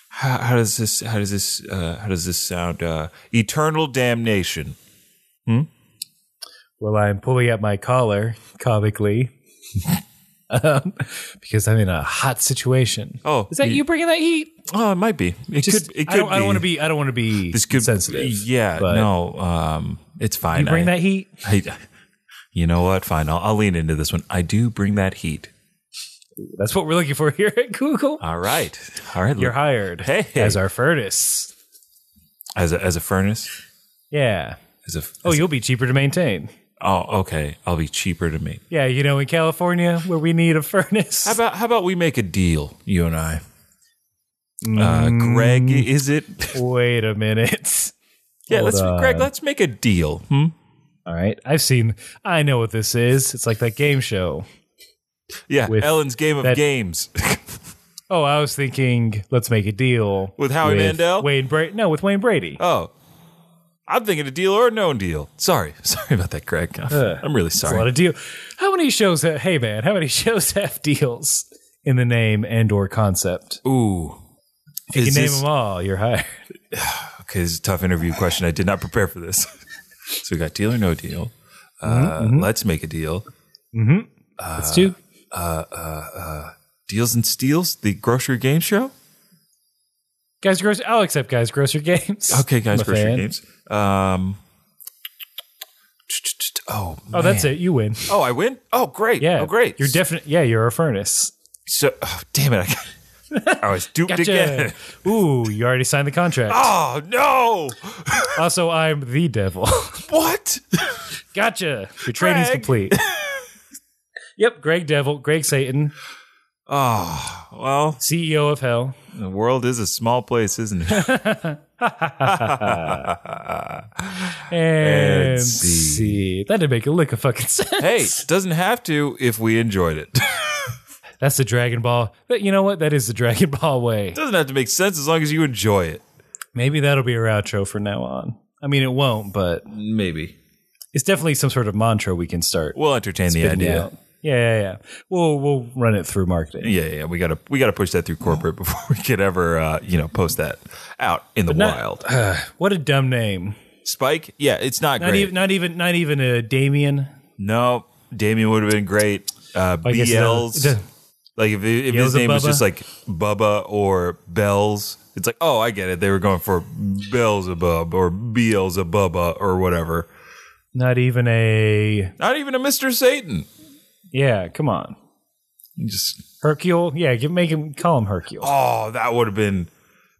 [SPEAKER 2] how, how does this how does this uh, how does this sound? Uh, eternal damnation.
[SPEAKER 3] Well, I'm pulling up my collar comically um, because I'm in a hot situation.
[SPEAKER 2] Oh,
[SPEAKER 3] is that you bringing that heat?
[SPEAKER 2] Oh, it might be. It
[SPEAKER 3] Just,
[SPEAKER 2] could. It could
[SPEAKER 3] I don't, I don't
[SPEAKER 2] be.
[SPEAKER 3] want to be. I don't want to be
[SPEAKER 2] This could
[SPEAKER 3] sensitive.
[SPEAKER 2] Yeah,
[SPEAKER 3] but
[SPEAKER 2] no. Um, it's fine.
[SPEAKER 3] You bring
[SPEAKER 2] I-
[SPEAKER 3] that heat.
[SPEAKER 2] I, you know what? Fine. I'll, I'll lean into this one. I do bring that heat.
[SPEAKER 3] That's what we're looking for here at Google.
[SPEAKER 2] All right. All right.
[SPEAKER 3] You're
[SPEAKER 2] look,
[SPEAKER 3] hired
[SPEAKER 2] Hey.
[SPEAKER 3] as our furnace.
[SPEAKER 2] as a as a furnace.
[SPEAKER 3] Yeah.
[SPEAKER 2] As a
[SPEAKER 3] Oh, you'll be cheaper to maintain.
[SPEAKER 2] oh okay. I'll be cheaper to me.
[SPEAKER 3] Yeah, you know, in California where we need a
[SPEAKER 2] How
[SPEAKER 3] furnace.
[SPEAKER 2] about how about we make a deal, you and I? Uh, Greg, is it?
[SPEAKER 3] Wait a minute.
[SPEAKER 2] yeah.
[SPEAKER 3] Mm. Hold
[SPEAKER 2] Let's Greg. Let's make a deal. Hmm?
[SPEAKER 3] All right. I've seen I know what this is. It's like that game show.
[SPEAKER 2] Yeah.
[SPEAKER 3] With
[SPEAKER 2] Ellen's game of
[SPEAKER 3] that-
[SPEAKER 2] games.
[SPEAKER 3] Oh, I was thinking, let's make a deal
[SPEAKER 2] With Howie Mandel?
[SPEAKER 3] Wayne Brady. No, with Wayne Brady.
[SPEAKER 2] oh. I'm thinking a deal or no deal. Sorry, sorry about that, Greg. I'm really
[SPEAKER 3] That's a lot
[SPEAKER 2] sorry.
[SPEAKER 3] of deal. How many shows? Have, hey, man, how many shows have deals in the name and/or concept?
[SPEAKER 2] Ooh,
[SPEAKER 3] If you
[SPEAKER 2] Is
[SPEAKER 3] can name
[SPEAKER 2] this-
[SPEAKER 3] them all, you're hired.
[SPEAKER 2] Okay, this is a tough interview question. I did not prepare for this. so we got deal or no
[SPEAKER 3] Mm-hmm.
[SPEAKER 2] deal. Uh, Let's make a deal.
[SPEAKER 3] That's
[SPEAKER 2] Uh,
[SPEAKER 3] two.
[SPEAKER 2] Deals and steals. The grocery game show.
[SPEAKER 3] Guys, gross. I'll accept guys, grocer games.
[SPEAKER 2] Okay, guys,
[SPEAKER 3] I'm a
[SPEAKER 2] grocery
[SPEAKER 3] fan.
[SPEAKER 2] games. Um, oh,
[SPEAKER 3] Oh, that's it. You win.
[SPEAKER 2] Oh, I win. Oh, great.
[SPEAKER 3] Yeah.
[SPEAKER 2] Oh, great.
[SPEAKER 3] You're definite. Yeah, you're a furnace.
[SPEAKER 2] so. Oh, damn it! I, got- I was duped
[SPEAKER 3] Gotcha.
[SPEAKER 2] again.
[SPEAKER 3] Ooh, you already signed the contract.
[SPEAKER 2] Oh no!
[SPEAKER 3] Also, I'm the devil.
[SPEAKER 2] What?
[SPEAKER 3] gotcha. Your training's
[SPEAKER 2] Greg.
[SPEAKER 3] complete. yep, Greg Devil, Greg Satan,
[SPEAKER 2] Oh well,
[SPEAKER 3] CEO of Hell.
[SPEAKER 2] the world is a small place, isn't it?
[SPEAKER 3] And
[SPEAKER 2] And
[SPEAKER 3] see. That didn't make a lick of fucking sense.
[SPEAKER 2] hey, doesn't have to if we enjoyed it.
[SPEAKER 3] That's the Dragon Ball. But you know what? That is the Dragon Ball way.
[SPEAKER 2] doesn't have to make sense as long as you enjoy it.
[SPEAKER 3] Maybe that'll be our outro from now on. I mean, it won't, but
[SPEAKER 2] Maybe
[SPEAKER 3] it's definitely some sort of mantra we can start.
[SPEAKER 2] we'll entertain the
[SPEAKER 3] spitting
[SPEAKER 2] idea.
[SPEAKER 3] out. Yeah, yeah, yeah. We'll we'll run it through marketing.
[SPEAKER 2] Yeah, yeah, we gotta we gotta push that through corporate before we could ever uh, you know post that out in the
[SPEAKER 3] not-
[SPEAKER 2] wild.
[SPEAKER 3] What a dumb name.
[SPEAKER 2] Spike, yeah, it's uh, not,
[SPEAKER 3] Not
[SPEAKER 2] great.
[SPEAKER 3] even not even not even a Damien.
[SPEAKER 2] no, Damien would have been great. Uh,
[SPEAKER 3] I guess it
[SPEAKER 2] BLs,
[SPEAKER 3] does- it does-
[SPEAKER 2] like if, if his
[SPEAKER 3] Yells of
[SPEAKER 2] name was
[SPEAKER 3] Bubba.
[SPEAKER 2] just like Bubba or Bells, it's like oh, I get it. They were going for Beelzebub or Beelzebubba or whatever.
[SPEAKER 3] Not even a
[SPEAKER 2] Not even a Mister Satan.
[SPEAKER 3] Yeah, come on.
[SPEAKER 2] You Just
[SPEAKER 3] Hercule? Yeah, give, make him call him Hercule.
[SPEAKER 2] Oh, that would have been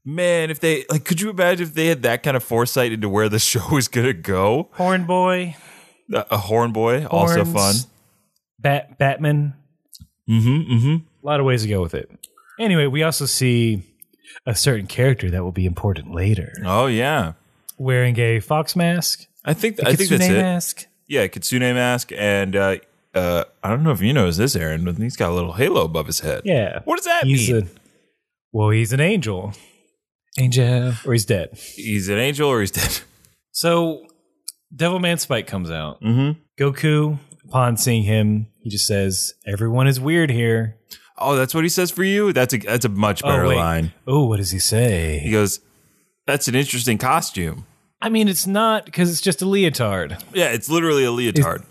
[SPEAKER 2] man, if they like could you imagine if they had that kind of foresight into where the show was gonna go?
[SPEAKER 3] Horn boy.
[SPEAKER 2] Uh, a horn boy, also
[SPEAKER 3] Horns.
[SPEAKER 2] fun.
[SPEAKER 3] Bat Batman.
[SPEAKER 2] Mm-hmm. Mm-hmm.
[SPEAKER 3] A lot of ways to go with it. Anyway, we also see a certain character that will be important later
[SPEAKER 2] Oh yeah.
[SPEAKER 3] wearing a fox mask.
[SPEAKER 2] I think I think that's
[SPEAKER 3] Kitsune
[SPEAKER 2] it.
[SPEAKER 3] mask.
[SPEAKER 2] Yeah, Kitsune mask and uh uh, I don't know if you noticed this, Aaron, but he's got a little halo above his head.
[SPEAKER 3] Yeah.
[SPEAKER 2] What does that
[SPEAKER 3] He's
[SPEAKER 2] mean?
[SPEAKER 3] a well, he's an angel. Angel. Or he's dead.
[SPEAKER 2] he's an angel or he's dead.
[SPEAKER 3] So Devilman Spike comes out.
[SPEAKER 2] Mm-hmm.
[SPEAKER 3] Goku, upon seeing him, he just says, Everyone is weird here.
[SPEAKER 2] Oh, that's what he says for you? That's a that's a much better
[SPEAKER 3] wait.
[SPEAKER 2] line.
[SPEAKER 3] Oh, what does he say?
[SPEAKER 2] He goes, That's an interesting costume.
[SPEAKER 3] I mean, it's not because it's just a leotard
[SPEAKER 2] Yeah, it's literally a leotard.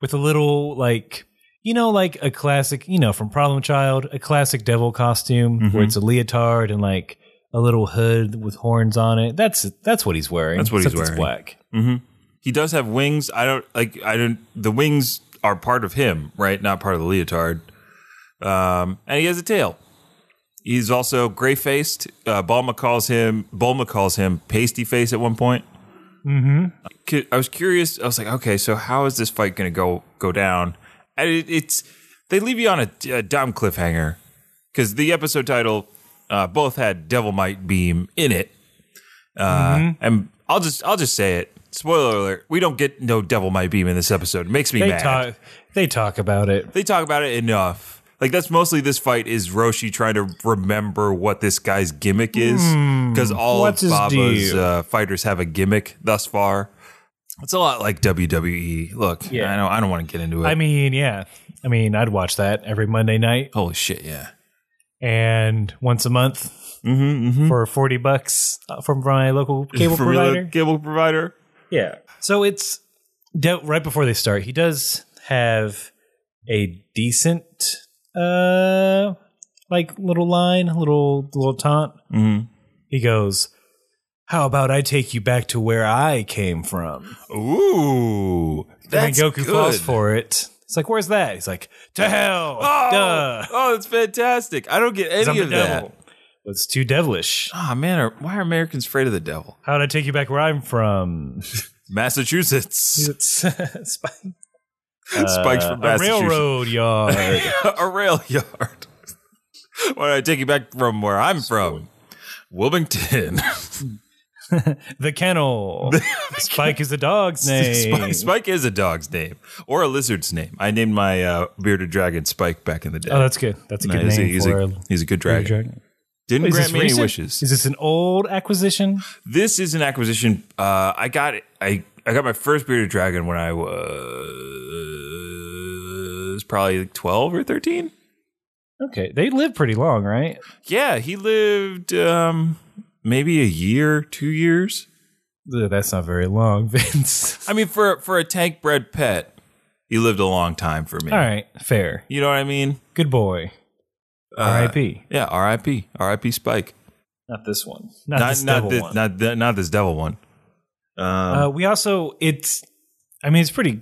[SPEAKER 3] with a little like you know, like a classic, you know, from Problem Child, a classic devil costume
[SPEAKER 2] Mm-hmm.
[SPEAKER 3] where it's a leotard and like a little hood with horns on it. That's that's what he's wearing.
[SPEAKER 2] That's what he's
[SPEAKER 3] except it's
[SPEAKER 2] wearing.
[SPEAKER 3] black.
[SPEAKER 2] He does have wings. I don't like. I don't. The wings are part of him, right? Not part of the leotard. Um, and he has a tail. He's also gray faced. Uh, Bulma calls him. Bulma calls him pasty face at one point. Mm-hmm. I was curious. I was like, okay, so how is this fight going to go go down? And it, it's they leave you on a, a dumb cliffhanger because the episode title uh, both had Devil Might Beam in it. Uh,
[SPEAKER 3] Mm-hmm.
[SPEAKER 2] And I'll just I'll just say it. Spoiler alert: We don't get no Devil Might Beam in this episode. It makes me
[SPEAKER 3] They
[SPEAKER 2] mad.
[SPEAKER 3] talk they talk about it.
[SPEAKER 2] they talk about it enough. Like that's mostly this fight is Roshi trying to remember what this guy's gimmick is because all
[SPEAKER 3] Hmm. what's
[SPEAKER 2] of
[SPEAKER 3] his
[SPEAKER 2] Baba's
[SPEAKER 3] deal?
[SPEAKER 2] uh, fighters have a gimmick thus far. It's a lot like WWE. Look,
[SPEAKER 3] Yeah.
[SPEAKER 2] I know I don't want to get into it.
[SPEAKER 3] I mean, yeah. I mean, I'd watch that every Monday night
[SPEAKER 2] holy shit, yeah.
[SPEAKER 3] and once a month
[SPEAKER 2] Hmm.
[SPEAKER 3] for 40 bucks uh, from my local cable
[SPEAKER 2] From your
[SPEAKER 3] provider.
[SPEAKER 2] cable provider.
[SPEAKER 3] Yeah. So it's de- right before they start. He does have a decent, uh, like little line, little little taunt. Mm-hmm. He goes, "How about I take you back to where I came from?"
[SPEAKER 2] Ooh, that's
[SPEAKER 3] and then Goku
[SPEAKER 2] good.
[SPEAKER 3] falls for it. It's like, "Where's that?" He's like, "To hell!"
[SPEAKER 2] Oh,
[SPEAKER 3] Duh.
[SPEAKER 2] oh, that's fantastic. I don't get any
[SPEAKER 3] the
[SPEAKER 2] of that.
[SPEAKER 3] devil. Well, It's too devilish.
[SPEAKER 2] Ah, man, are, why are Americans afraid of the devil?
[SPEAKER 3] How'd I take you back where I'm from?
[SPEAKER 2] Massachusetts.
[SPEAKER 3] It's Spike-
[SPEAKER 2] Spikes from
[SPEAKER 3] uh, a
[SPEAKER 2] Massachusetts.
[SPEAKER 3] Oh, railroad yard.
[SPEAKER 2] a rail yard. Why don't I take you back from where I'm from? Wilmington.
[SPEAKER 3] The kennel. Spike is the dog's name.
[SPEAKER 2] Spike, Spike is a dog's name or a lizard's name. I named my uh, bearded dragon Spike back in the day.
[SPEAKER 3] Oh, that's good. That's a
[SPEAKER 2] No,
[SPEAKER 3] good
[SPEAKER 2] he's, a,
[SPEAKER 3] name
[SPEAKER 2] he's,
[SPEAKER 3] for
[SPEAKER 2] a,
[SPEAKER 3] a
[SPEAKER 2] he's a good dragon.
[SPEAKER 3] dragon.
[SPEAKER 2] Didn't
[SPEAKER 3] Is
[SPEAKER 2] grant
[SPEAKER 3] this
[SPEAKER 2] me any
[SPEAKER 3] recent?
[SPEAKER 2] wishes.
[SPEAKER 3] Is this an old acquisition?
[SPEAKER 2] this is an acquisition. Uh, I got it. I I got my first bearded dragon when I was probably like twelve or thirteen.
[SPEAKER 3] Okay, they live pretty long, right?
[SPEAKER 2] Yeah, he lived um, maybe a year, two years.
[SPEAKER 3] Ugh, That's not very long, Vince.
[SPEAKER 2] I mean, for for a tank bred pet, he lived a long time for me.
[SPEAKER 3] All right, fair.
[SPEAKER 2] You know what I mean? Uh,
[SPEAKER 3] Good boy. R.I.P.
[SPEAKER 2] Yeah, R.I.P. R.I.P. Spike.
[SPEAKER 3] Not this one. Not,
[SPEAKER 2] Not
[SPEAKER 3] this
[SPEAKER 2] not
[SPEAKER 3] devil
[SPEAKER 2] this,
[SPEAKER 3] one.
[SPEAKER 2] not th- not this devil one. Um,
[SPEAKER 3] uh, we also it's. I mean, it's pretty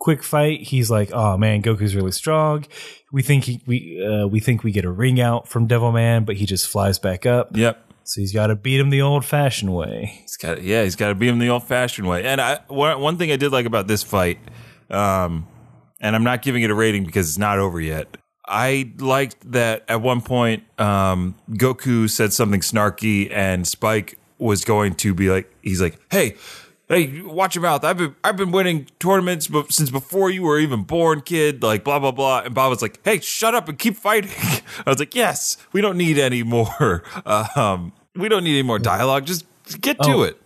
[SPEAKER 3] quick fight. He's like, oh man, Goku's really strong. We think he we uh, we think we get a ring out from Devil Man, but he just flies back up.
[SPEAKER 2] Yep.
[SPEAKER 3] So he's got to beat him the old-fashioned way.
[SPEAKER 2] He's got yeah, he's got to beat him the old-fashioned way. And I one, one thing I did like about this fight, um, and I'm not giving it a rating because it's not over yet. I liked that at one point um, Goku said something snarky, and Spike was going to be like, he's like, "Hey, hey, watch your mouth! I've been I've been winning tournaments be- since before you were even born, kid." Like blah blah blah, and Bob was like, "Hey, shut up and keep fighting." I was like, "Yes, we don't need any more. Um, we don't need any more dialogue. Just get to it."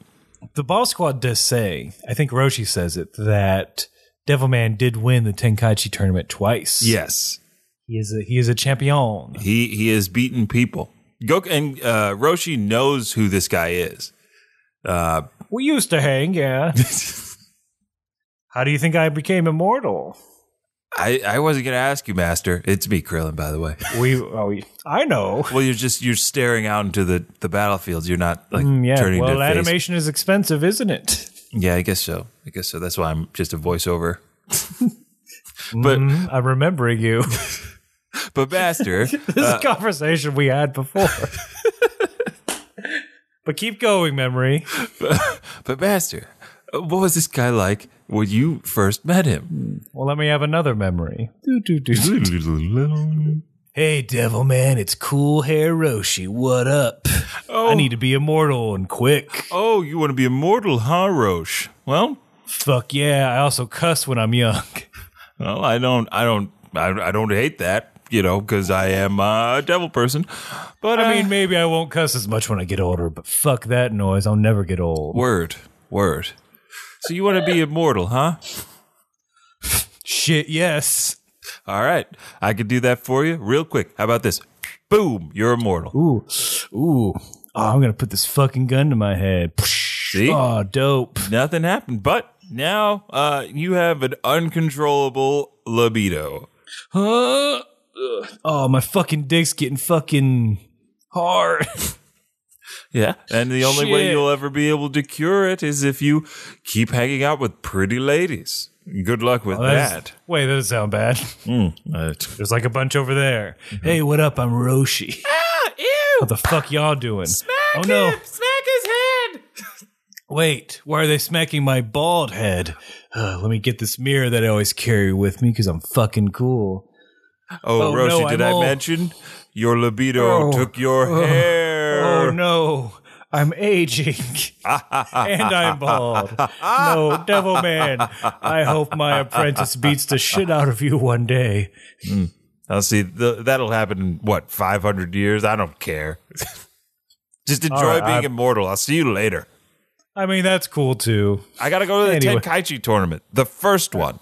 [SPEAKER 3] the ball squad does say, I think Roshi says it, that Devilman did win the Tenkaichi tournament twice.
[SPEAKER 2] Yes,
[SPEAKER 3] He is a he is a champion.
[SPEAKER 2] He he has beaten people. Goku and uh, Roshi knows who this guy is. Uh,
[SPEAKER 3] We used to hang, yeah. How do you think I became immortal?
[SPEAKER 2] I I wasn't gonna ask you, Master. It's me, Krillin. By the way.
[SPEAKER 3] We, oh, we I know.
[SPEAKER 2] Well, you're just you're staring out into the the battlefields. You're not like
[SPEAKER 3] Mm, yeah.
[SPEAKER 2] turning
[SPEAKER 3] well,
[SPEAKER 2] to face.
[SPEAKER 3] animation is expensive, isn't it?
[SPEAKER 2] Yeah, I guess so. I guess so. That's why I'm just a voiceover.
[SPEAKER 3] But I'm remembering you.
[SPEAKER 2] But Master,
[SPEAKER 3] this is a conversation we had before. but keep going, memory.
[SPEAKER 2] but Master, uh, what was this guy like when you first met him?
[SPEAKER 3] Well, let me have another memory. Doo, doo, doo, doo. Hey, Devil Man, it's Cool Hair Roshi. What up? I need to be immortal and quick.
[SPEAKER 2] Oh, you want to be immortal, huh, Roche? Well,
[SPEAKER 3] Fuck yeah, I also cuss when I'm young.
[SPEAKER 2] Well, I don't, I don't, I, I don't hate that, you know, because I am uh, a devil person. But uh,
[SPEAKER 3] I
[SPEAKER 2] I
[SPEAKER 3] mean, maybe I won't cuss as much when I get older, but fuck that noise. I'll never get old.
[SPEAKER 2] word, word. So you want to be immortal, huh?
[SPEAKER 3] Shit, yes.
[SPEAKER 2] All right, I could do that for you real quick. How about this? Boom, you're immortal.
[SPEAKER 3] Ooh, ooh. Oh, I'm gonna put this fucking gun to my head.
[SPEAKER 2] See?
[SPEAKER 3] Oh, dope.
[SPEAKER 2] Nothing happened, but now uh, you have an uncontrollable libido.
[SPEAKER 3] Huh? Ugh. Oh, my fucking dick's getting fucking hard.
[SPEAKER 2] Yeah. And the only way
[SPEAKER 3] Shit.
[SPEAKER 2] you'll ever be able to cure it is if you keep hanging out with pretty ladies. Good luck with that.
[SPEAKER 3] Wait, that doesn't sound bad.
[SPEAKER 2] Uh,
[SPEAKER 3] There's like a bunch over there. Hey, what up? I'm Roshi.
[SPEAKER 2] Ah, ew!
[SPEAKER 3] What the fuck y'all doing? oh no.
[SPEAKER 2] Smack his head!
[SPEAKER 3] Wait, why are they smacking my bald head? Uh, let me get this mirror that I always carry with me because I'm fucking cool.
[SPEAKER 2] Oh,
[SPEAKER 3] Oh,
[SPEAKER 2] Roshi,
[SPEAKER 3] no,
[SPEAKER 2] did
[SPEAKER 3] I'm
[SPEAKER 2] I
[SPEAKER 3] all-
[SPEAKER 2] mention your libido
[SPEAKER 3] Oh.
[SPEAKER 2] took your hair?
[SPEAKER 3] Oh no, I'm aging and I'm bald. Oh, No, devil man, I hope my apprentice beats the shit out of you one day.
[SPEAKER 2] I'll see. The, that'll happen in what five hundred years? I don't care. Just enjoy
[SPEAKER 3] right,
[SPEAKER 2] being
[SPEAKER 3] I'm-
[SPEAKER 2] immortal. I'll see you later.
[SPEAKER 3] I mean, that's cool too.
[SPEAKER 2] I gotta go to the
[SPEAKER 3] Anyway.
[SPEAKER 2] Tenkaichi tournament, the first one.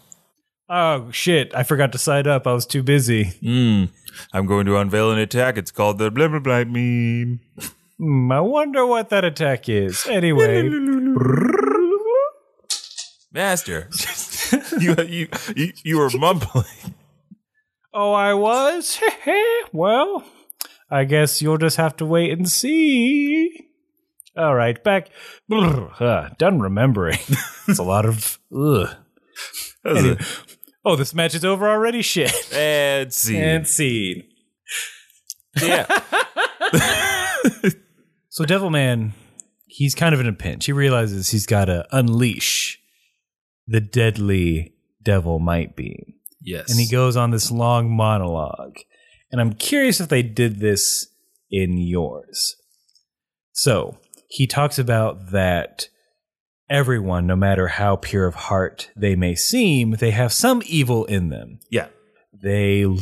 [SPEAKER 3] Oh shit, I forgot to sign up. I was too busy.
[SPEAKER 2] I'm going to unveil an attack. It's called the blah blah blah meme.
[SPEAKER 3] Hmm, I wonder what that attack is. Anyway,
[SPEAKER 2] Master, you, you you you were mumbling.
[SPEAKER 3] oh, I was? well, I guess you'll just have to wait and see. All right, back. Brr, uh, done remembering. it's a lot of. Ugh.
[SPEAKER 2] That was a-
[SPEAKER 3] Oh, this match is over already? Shit.
[SPEAKER 2] And see,
[SPEAKER 3] And scene.
[SPEAKER 2] yeah.
[SPEAKER 3] So Devilman, he's kind of in a pinch. He realizes he's got to unleash the deadly devil might be.
[SPEAKER 2] Yes.
[SPEAKER 3] And he goes on this long monologue. And I'm curious if they did this in yours. So he talks about that everyone, no matter how pure of heart they may seem, they have some evil in them.
[SPEAKER 2] Yeah.
[SPEAKER 3] They l-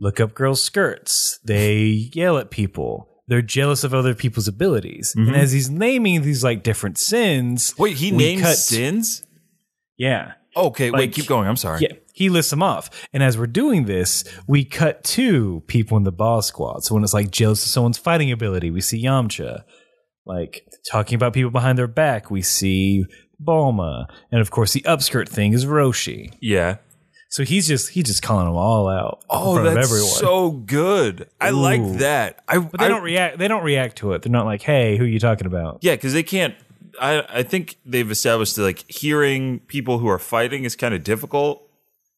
[SPEAKER 3] look up girls' skirts. They yell at people. They're jealous of other people's abilities. And as he's naming these like different sins,
[SPEAKER 2] Mm-hmm. Wait, he
[SPEAKER 3] we
[SPEAKER 2] named
[SPEAKER 3] cut-
[SPEAKER 2] sins.
[SPEAKER 3] Yeah,
[SPEAKER 2] Okay, wait,
[SPEAKER 3] Like-
[SPEAKER 2] keep going. I'm sorry.
[SPEAKER 3] yeah, he lists them off. And as we're doing this, we cut to people in the boss squad. So when it's like jealous of someone's fighting ability, we see Yamcha. Like talking about people behind their back, we see Balma, and of course the upskirt thing is Roshi.
[SPEAKER 2] yeah.
[SPEAKER 3] So he's just he's just calling them all out. in
[SPEAKER 2] Oh,
[SPEAKER 3] front of
[SPEAKER 2] that's
[SPEAKER 3] everyone.
[SPEAKER 2] so good. I like
[SPEAKER 3] Ooh.
[SPEAKER 2] that. I,
[SPEAKER 3] But they
[SPEAKER 2] I-
[SPEAKER 3] don't react. They don't react to it. They're not like, "Hey, who are you talking about?"
[SPEAKER 2] Yeah, because they can't. I I think they've established that like hearing people who are fighting is kind of difficult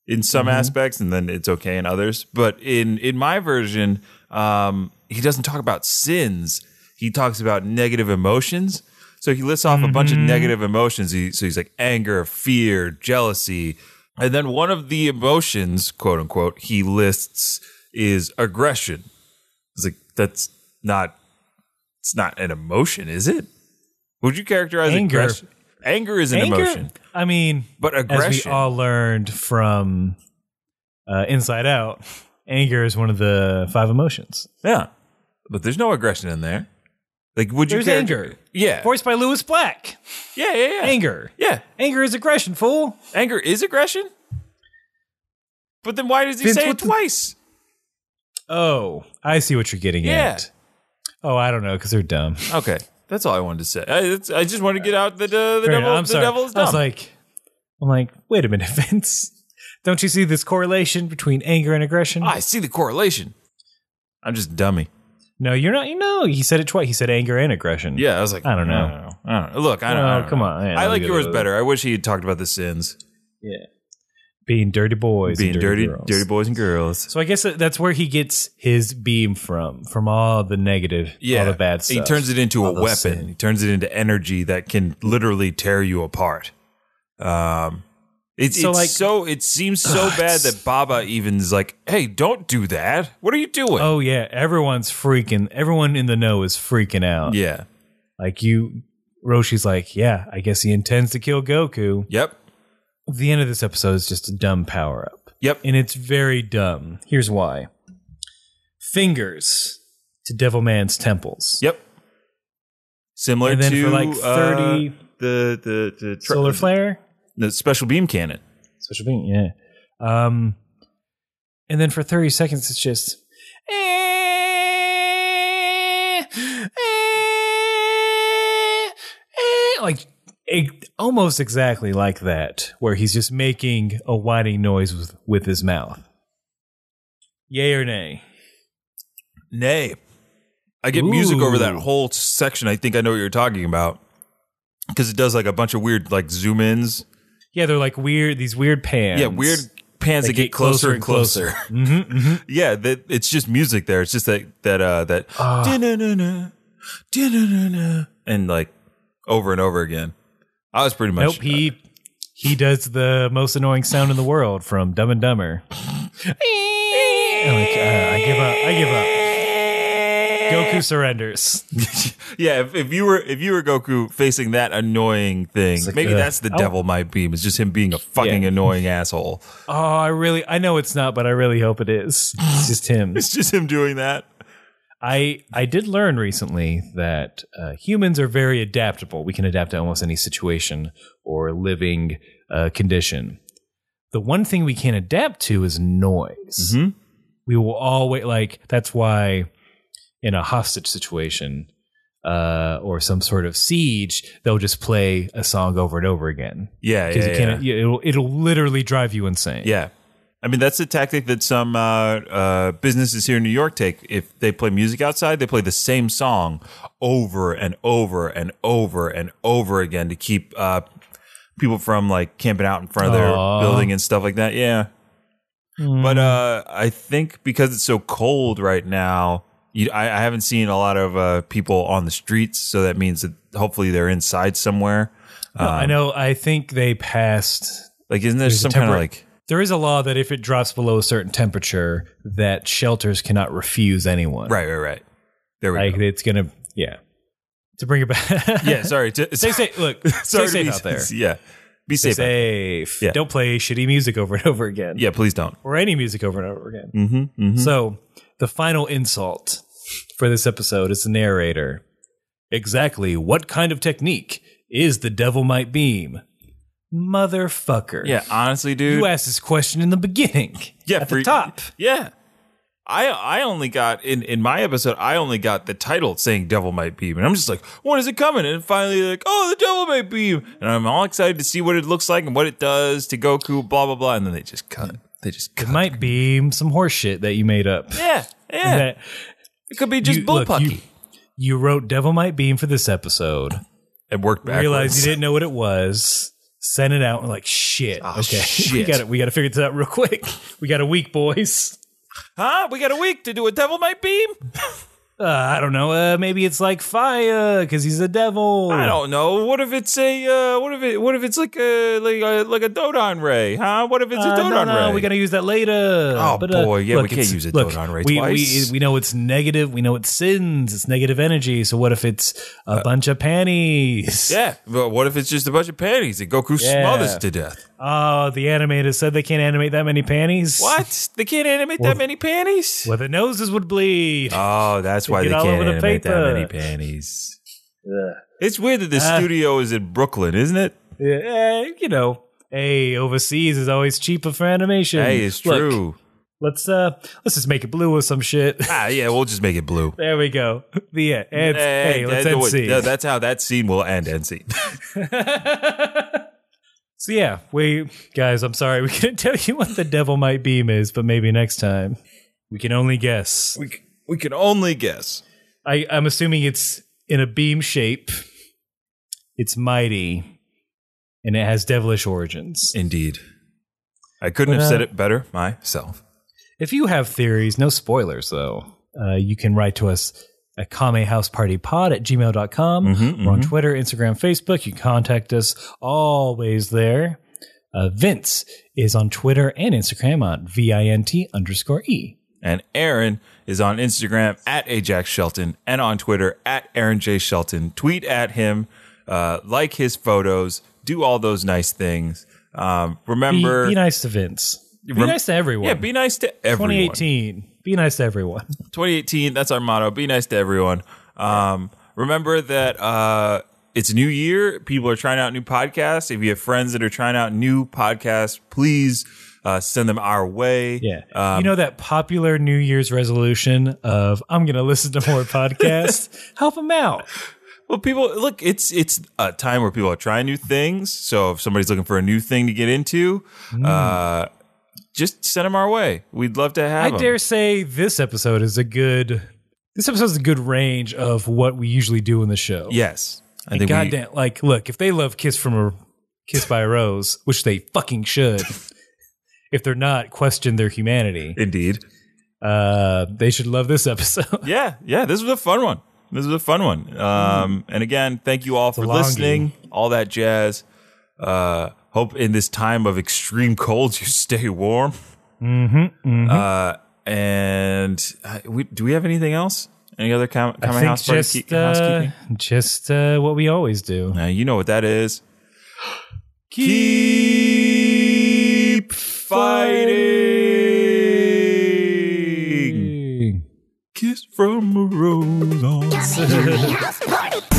[SPEAKER 2] in some
[SPEAKER 3] Mm-hmm.
[SPEAKER 2] aspects, and then it's okay in others. But in in my version, um, he doesn't talk about sins. He talks about negative emotions. So he lists off a bunch
[SPEAKER 3] Mm-hmm.
[SPEAKER 2] of negative emotions. He, so he's like anger, fear, jealousy, and then one of the emotions, quote unquote, he lists is aggression. It's like that's not it's not an emotion, is it? Would you characterize
[SPEAKER 3] Anger.
[SPEAKER 2] aggression? Anger is an
[SPEAKER 3] Anger?
[SPEAKER 2] emotion,
[SPEAKER 3] I mean,
[SPEAKER 2] but
[SPEAKER 3] as
[SPEAKER 2] aggression.
[SPEAKER 3] we all learned from uh, Inside Out, anger is one of the five emotions.
[SPEAKER 2] yeah, but there's no aggression in there. Like, would you?
[SPEAKER 3] There's
[SPEAKER 2] character-
[SPEAKER 3] anger,
[SPEAKER 2] Yeah.
[SPEAKER 3] voiced by Lewis Black.
[SPEAKER 2] yeah, yeah, yeah.
[SPEAKER 3] Anger,
[SPEAKER 2] Yeah,
[SPEAKER 3] anger is aggression, fool.
[SPEAKER 2] anger is aggression. But then why does he
[SPEAKER 3] Vince,
[SPEAKER 2] say it
[SPEAKER 3] what the-
[SPEAKER 2] twice?
[SPEAKER 3] Oh, I see what you're getting
[SPEAKER 2] Yeah.
[SPEAKER 3] at. Oh, I don't know because they're dumb.
[SPEAKER 2] Okay, that's all I wanted to say. I, it's, I just wanted to get out that uh, the
[SPEAKER 3] Fair
[SPEAKER 2] devil,
[SPEAKER 3] enough. I'm
[SPEAKER 2] the
[SPEAKER 3] sorry.
[SPEAKER 2] devil is
[SPEAKER 3] I was
[SPEAKER 2] dumb.
[SPEAKER 3] like, I'm like, wait a minute, Vince. Don't you see this correlation between anger and aggression?
[SPEAKER 2] Ah, I see the correlation. I'm just a dummy.
[SPEAKER 3] no, you're not. You know, he said it twice. He said anger and aggression.
[SPEAKER 2] Yeah, I was like,
[SPEAKER 3] I don't know.
[SPEAKER 2] I don't know. I don't know. Look, I don't,
[SPEAKER 3] No,
[SPEAKER 2] I don't
[SPEAKER 3] come
[SPEAKER 2] know.
[SPEAKER 3] on. Yeah,
[SPEAKER 2] I
[SPEAKER 3] I'll
[SPEAKER 2] like
[SPEAKER 3] give it
[SPEAKER 2] yours
[SPEAKER 3] a-
[SPEAKER 2] better. I wish he had talked about the sins,
[SPEAKER 3] being dirty boys,
[SPEAKER 2] being
[SPEAKER 3] and
[SPEAKER 2] dirty,
[SPEAKER 3] girls.
[SPEAKER 2] dirty boys and girls.
[SPEAKER 3] So I guess that- that's where he gets his beam from, from all the negative,
[SPEAKER 2] Yeah,
[SPEAKER 3] all the bad stuff.
[SPEAKER 2] He turns it into a
[SPEAKER 3] All the
[SPEAKER 2] weapon.
[SPEAKER 3] sin.
[SPEAKER 2] He turns it into energy that can literally tear you apart. Um, it's
[SPEAKER 3] So,
[SPEAKER 2] it's
[SPEAKER 3] like-
[SPEAKER 2] so it seems so bad that Baba even is like, "Hey, don't do that. What are you doing?"
[SPEAKER 3] Oh yeah, everyone's freaking. Everyone in the know is freaking out.
[SPEAKER 2] yeah,
[SPEAKER 3] Like you, Roshi's like, yeah, I guess he intends to kill Goku.
[SPEAKER 2] yep,
[SPEAKER 3] The end of this episode is just a dumb power up,
[SPEAKER 2] yep.
[SPEAKER 3] and it's very dumb. Here's why: fingers to Devil Man's temples.
[SPEAKER 2] Yep. Similar
[SPEAKER 3] And then
[SPEAKER 2] to
[SPEAKER 3] for, like,
[SPEAKER 2] uh,
[SPEAKER 3] 30
[SPEAKER 2] the the the tr-
[SPEAKER 3] Solar flare.
[SPEAKER 2] the special beam cannon.
[SPEAKER 3] Special being, yeah. Um, and then for 30 seconds, it's just. Like it, almost exactly like that, where he's just making a whining noise with, with his mouth. Yay or nay?
[SPEAKER 2] Nay. I get music over that
[SPEAKER 3] Ooh.
[SPEAKER 2] whole section. I think I know what you're talking about. Because it does like a bunch of weird like zoom ins.
[SPEAKER 3] Yeah, they're like weird. These weird pans.
[SPEAKER 2] Yeah, weird pans
[SPEAKER 3] They
[SPEAKER 2] that get, closer, and closer.
[SPEAKER 3] Mhm, mhm.
[SPEAKER 2] yeah, that it's just music there. It's just that that uh that
[SPEAKER 3] Ah.
[SPEAKER 2] "Dun-dun-dun-dun, dun-dun-dun-dun," and like over and over again. I was pretty
[SPEAKER 3] Nope
[SPEAKER 2] much uh,
[SPEAKER 3] he he does the most annoying sound in the world from Dumb and Dumber. I'm like, uh, I give up. I give up. Goku surrenders.
[SPEAKER 2] yeah. If, if you were if you were Goku facing that annoying thing,
[SPEAKER 3] like,
[SPEAKER 2] maybe
[SPEAKER 3] uh,
[SPEAKER 2] that's the
[SPEAKER 3] oh.
[SPEAKER 2] devil might beam. It's just him being a fucking
[SPEAKER 3] Yeah.
[SPEAKER 2] annoying asshole.
[SPEAKER 3] Oh, I really. I know it's not, but I really hope it is. It's just him.
[SPEAKER 2] It's just him doing that.
[SPEAKER 3] I I did learn recently that uh, humans are very adaptable. We can adapt to almost any situation or living uh, condition. The one thing we can't adapt to is noise.
[SPEAKER 2] Mhm.
[SPEAKER 3] We will always like that's why in a hostage situation uh, or some sort of siege, they'll just play a song over and over again
[SPEAKER 2] Yeah,
[SPEAKER 3] because
[SPEAKER 2] yeah,
[SPEAKER 3] you
[SPEAKER 2] yeah.
[SPEAKER 3] can't. you- It'll it'll literally drive you insane.
[SPEAKER 2] Yeah. I mean, that's a tactic that some uh, uh, businesses here in New York take. If they play music outside, they play the same song over and over and over and over again to keep uh, people from like camping out in front of their
[SPEAKER 3] Aw. Hmm.
[SPEAKER 2] building and stuff like that. Yeah. But uh, I think because it's so cold right now, you, I, I haven't seen a lot of uh, people on the streets. So that means that hopefully they're inside somewhere.
[SPEAKER 3] No,
[SPEAKER 2] Um,
[SPEAKER 3] I know. I think they passed
[SPEAKER 2] Like, isn't there
[SPEAKER 3] There's a
[SPEAKER 2] some kind of
[SPEAKER 3] temporary-
[SPEAKER 2] like.
[SPEAKER 3] There is a law that if it drops below a certain temperature, that shelters cannot refuse anyone.
[SPEAKER 2] Right, right, right. There we
[SPEAKER 3] Like
[SPEAKER 2] go.
[SPEAKER 3] it's gonna, yeah. To bring it back,
[SPEAKER 2] Yeah, sorry. T-
[SPEAKER 3] stay safe. Look, stay
[SPEAKER 2] Sorry to
[SPEAKER 3] safe
[SPEAKER 2] be-
[SPEAKER 3] out there.
[SPEAKER 2] Yeah. Be
[SPEAKER 3] Stay
[SPEAKER 2] safe. out there.
[SPEAKER 3] safe.
[SPEAKER 2] Yeah.
[SPEAKER 3] Don't play shitty music over and over again,
[SPEAKER 2] Yeah, please don't.
[SPEAKER 3] or any music over and over again.
[SPEAKER 2] Mm-hmm,
[SPEAKER 3] So, the final insult for this episode is the narrator. Exactly what kind of technique is the devil might beam? Motherfucker.
[SPEAKER 2] Yeah, honestly, dude.
[SPEAKER 3] You asked this question in the beginning.
[SPEAKER 2] yeah,
[SPEAKER 3] at
[SPEAKER 2] for-
[SPEAKER 3] the top.
[SPEAKER 2] Yeah. I I only got in in my episode. I only got the title saying "Devil Might Beam," and I'm just like, "When is it coming?" And finally, like, "Oh, the Devil Might Beam," and I'm all excited to see what it looks like and what it does to Goku. Blah blah blah, and then they just cut. They just
[SPEAKER 3] It
[SPEAKER 2] cut.
[SPEAKER 3] might be some horse shit that you made up.
[SPEAKER 2] yeah, yeah.
[SPEAKER 3] That
[SPEAKER 2] It could be just
[SPEAKER 3] you- look,
[SPEAKER 2] bullpucky.
[SPEAKER 3] you, you wrote Devil Might Beam for this episode.
[SPEAKER 2] it worked backwards.
[SPEAKER 3] Realized you didn't know what it was. Sent it out and like Ah, shit. okay. We
[SPEAKER 2] shit.
[SPEAKER 3] got it. We got to figure this out real quick. We got a week, boys.
[SPEAKER 2] huh? We got a week to do a Devil Might Beam.
[SPEAKER 3] Uh, I don't know. Uh, maybe it's like fire because he's a devil.
[SPEAKER 2] I don't know. What if it's a uh, what if it what if it's like a like a like a Dodon ray? Huh? What if it's
[SPEAKER 3] Uh,
[SPEAKER 2] a Dodon
[SPEAKER 3] no, no,
[SPEAKER 2] ray?
[SPEAKER 3] we gotta use that later. Oh
[SPEAKER 2] boy, yeah, we can't use a Dodon ray
[SPEAKER 3] we,
[SPEAKER 2] twice.
[SPEAKER 3] We, we know it's negative. We know it's sins. It's negative energy. So what if it's a
[SPEAKER 2] Uh,
[SPEAKER 3] bunch of panties?
[SPEAKER 2] yeah, but what if it's just a bunch of panties that Goku
[SPEAKER 3] Yeah.
[SPEAKER 2] smothers to death?
[SPEAKER 3] Oh, the animators said they can't animate that many panties.
[SPEAKER 2] What? They can't animate that many panties?
[SPEAKER 3] Well, the noses would bleed.
[SPEAKER 2] Oh, that's why
[SPEAKER 3] They
[SPEAKER 2] they
[SPEAKER 3] get all
[SPEAKER 2] can't
[SPEAKER 3] over the
[SPEAKER 2] animate that
[SPEAKER 3] paper. Uh.
[SPEAKER 2] many panties. It's weird that the studio is in Brooklyn, isn't it?
[SPEAKER 3] Yeah, eh, you know, hey, overseas is always cheaper for animation.
[SPEAKER 2] Hey, it's
[SPEAKER 3] Look,
[SPEAKER 2] true.
[SPEAKER 3] let's uh, let's just make it blue or some shit.
[SPEAKER 2] Ah, yeah, we'll just make it blue.
[SPEAKER 3] there we go. The end. And,
[SPEAKER 2] Eh,
[SPEAKER 3] hey, let's
[SPEAKER 2] that-
[SPEAKER 3] end
[SPEAKER 2] no,
[SPEAKER 3] scene.
[SPEAKER 2] no, that's how that scene will end. End scene.
[SPEAKER 3] So yeah, we guys, I'm sorry we couldn't tell you what the devil might beam is, but maybe next time we can only guess.
[SPEAKER 2] we c- we can only guess.
[SPEAKER 3] I, I'm assuming it's in a beam shape. It's mighty, and it has devilish origins.
[SPEAKER 2] Indeed. I couldn't
[SPEAKER 3] But,
[SPEAKER 2] have said
[SPEAKER 3] uh,
[SPEAKER 2] it better myself.
[SPEAKER 3] If you have theories, no spoilers though, uh, you can write to us at kamehousepartypod at gmail.com.
[SPEAKER 2] Mhm,
[SPEAKER 3] We're on Twitter, Instagram, Facebook. You can contact us always there. Uh, Vince is on Twitter and Instagram on V-I-N-T underscore E.
[SPEAKER 2] And Aaron is on Instagram at Ajax Shelton and on Twitter at Aaron J. Shelton. Tweet at him, uh, like his photos, do all those nice things. Um,
[SPEAKER 3] Be,
[SPEAKER 2] remember,
[SPEAKER 3] be nice to Vince. Be
[SPEAKER 2] Rem-
[SPEAKER 3] nice to everyone.
[SPEAKER 2] yeah, be nice to everyone.
[SPEAKER 3] 2018. Be nice to everyone.
[SPEAKER 2] 2018, that's our motto. Be nice to everyone. Um, remember that uh, it's a new year. People are trying out new podcasts. If you have friends that are trying out new podcasts, please uh, send them our way.
[SPEAKER 3] Yeah.
[SPEAKER 2] Um,
[SPEAKER 3] you know that popular New Year's resolution of I'm going to listen to more podcasts? Help them out.
[SPEAKER 2] Well, people look. It's it's a time where
[SPEAKER 3] Hmm.
[SPEAKER 2] people are trying new things. So if somebody's looking for a new thing to get into, uh, just send them our way. We'd love to have
[SPEAKER 3] I
[SPEAKER 2] 'em.
[SPEAKER 3] dare say this episode is a good. This episode is a good range of what we usually do in the show.
[SPEAKER 2] Yes. I
[SPEAKER 3] And goddamn, like, look, if they love "Kiss from a Kiss by a Rose," which they fucking should, if they're not, question their humanity.
[SPEAKER 2] we, indeed.
[SPEAKER 3] Uh, they should love this episode.
[SPEAKER 2] Yeah, yeah. This was a fun one. This was a fun one. Um, and again, thank you all for
[SPEAKER 3] Hmm. long
[SPEAKER 2] listening. All that jazz. Uh, hope in this time of extreme colds you stay warm.
[SPEAKER 3] Mm-hmm,
[SPEAKER 2] Uh, and uh, we, do we have anything else? Any other com- common house party
[SPEAKER 3] just
[SPEAKER 2] keep-
[SPEAKER 3] uh,
[SPEAKER 2] housekeeping?
[SPEAKER 3] just uh, what we always do.
[SPEAKER 2] Now you know what that is. Keep fighting. Kiss from a rose on
[SPEAKER 4] Coming to the house party.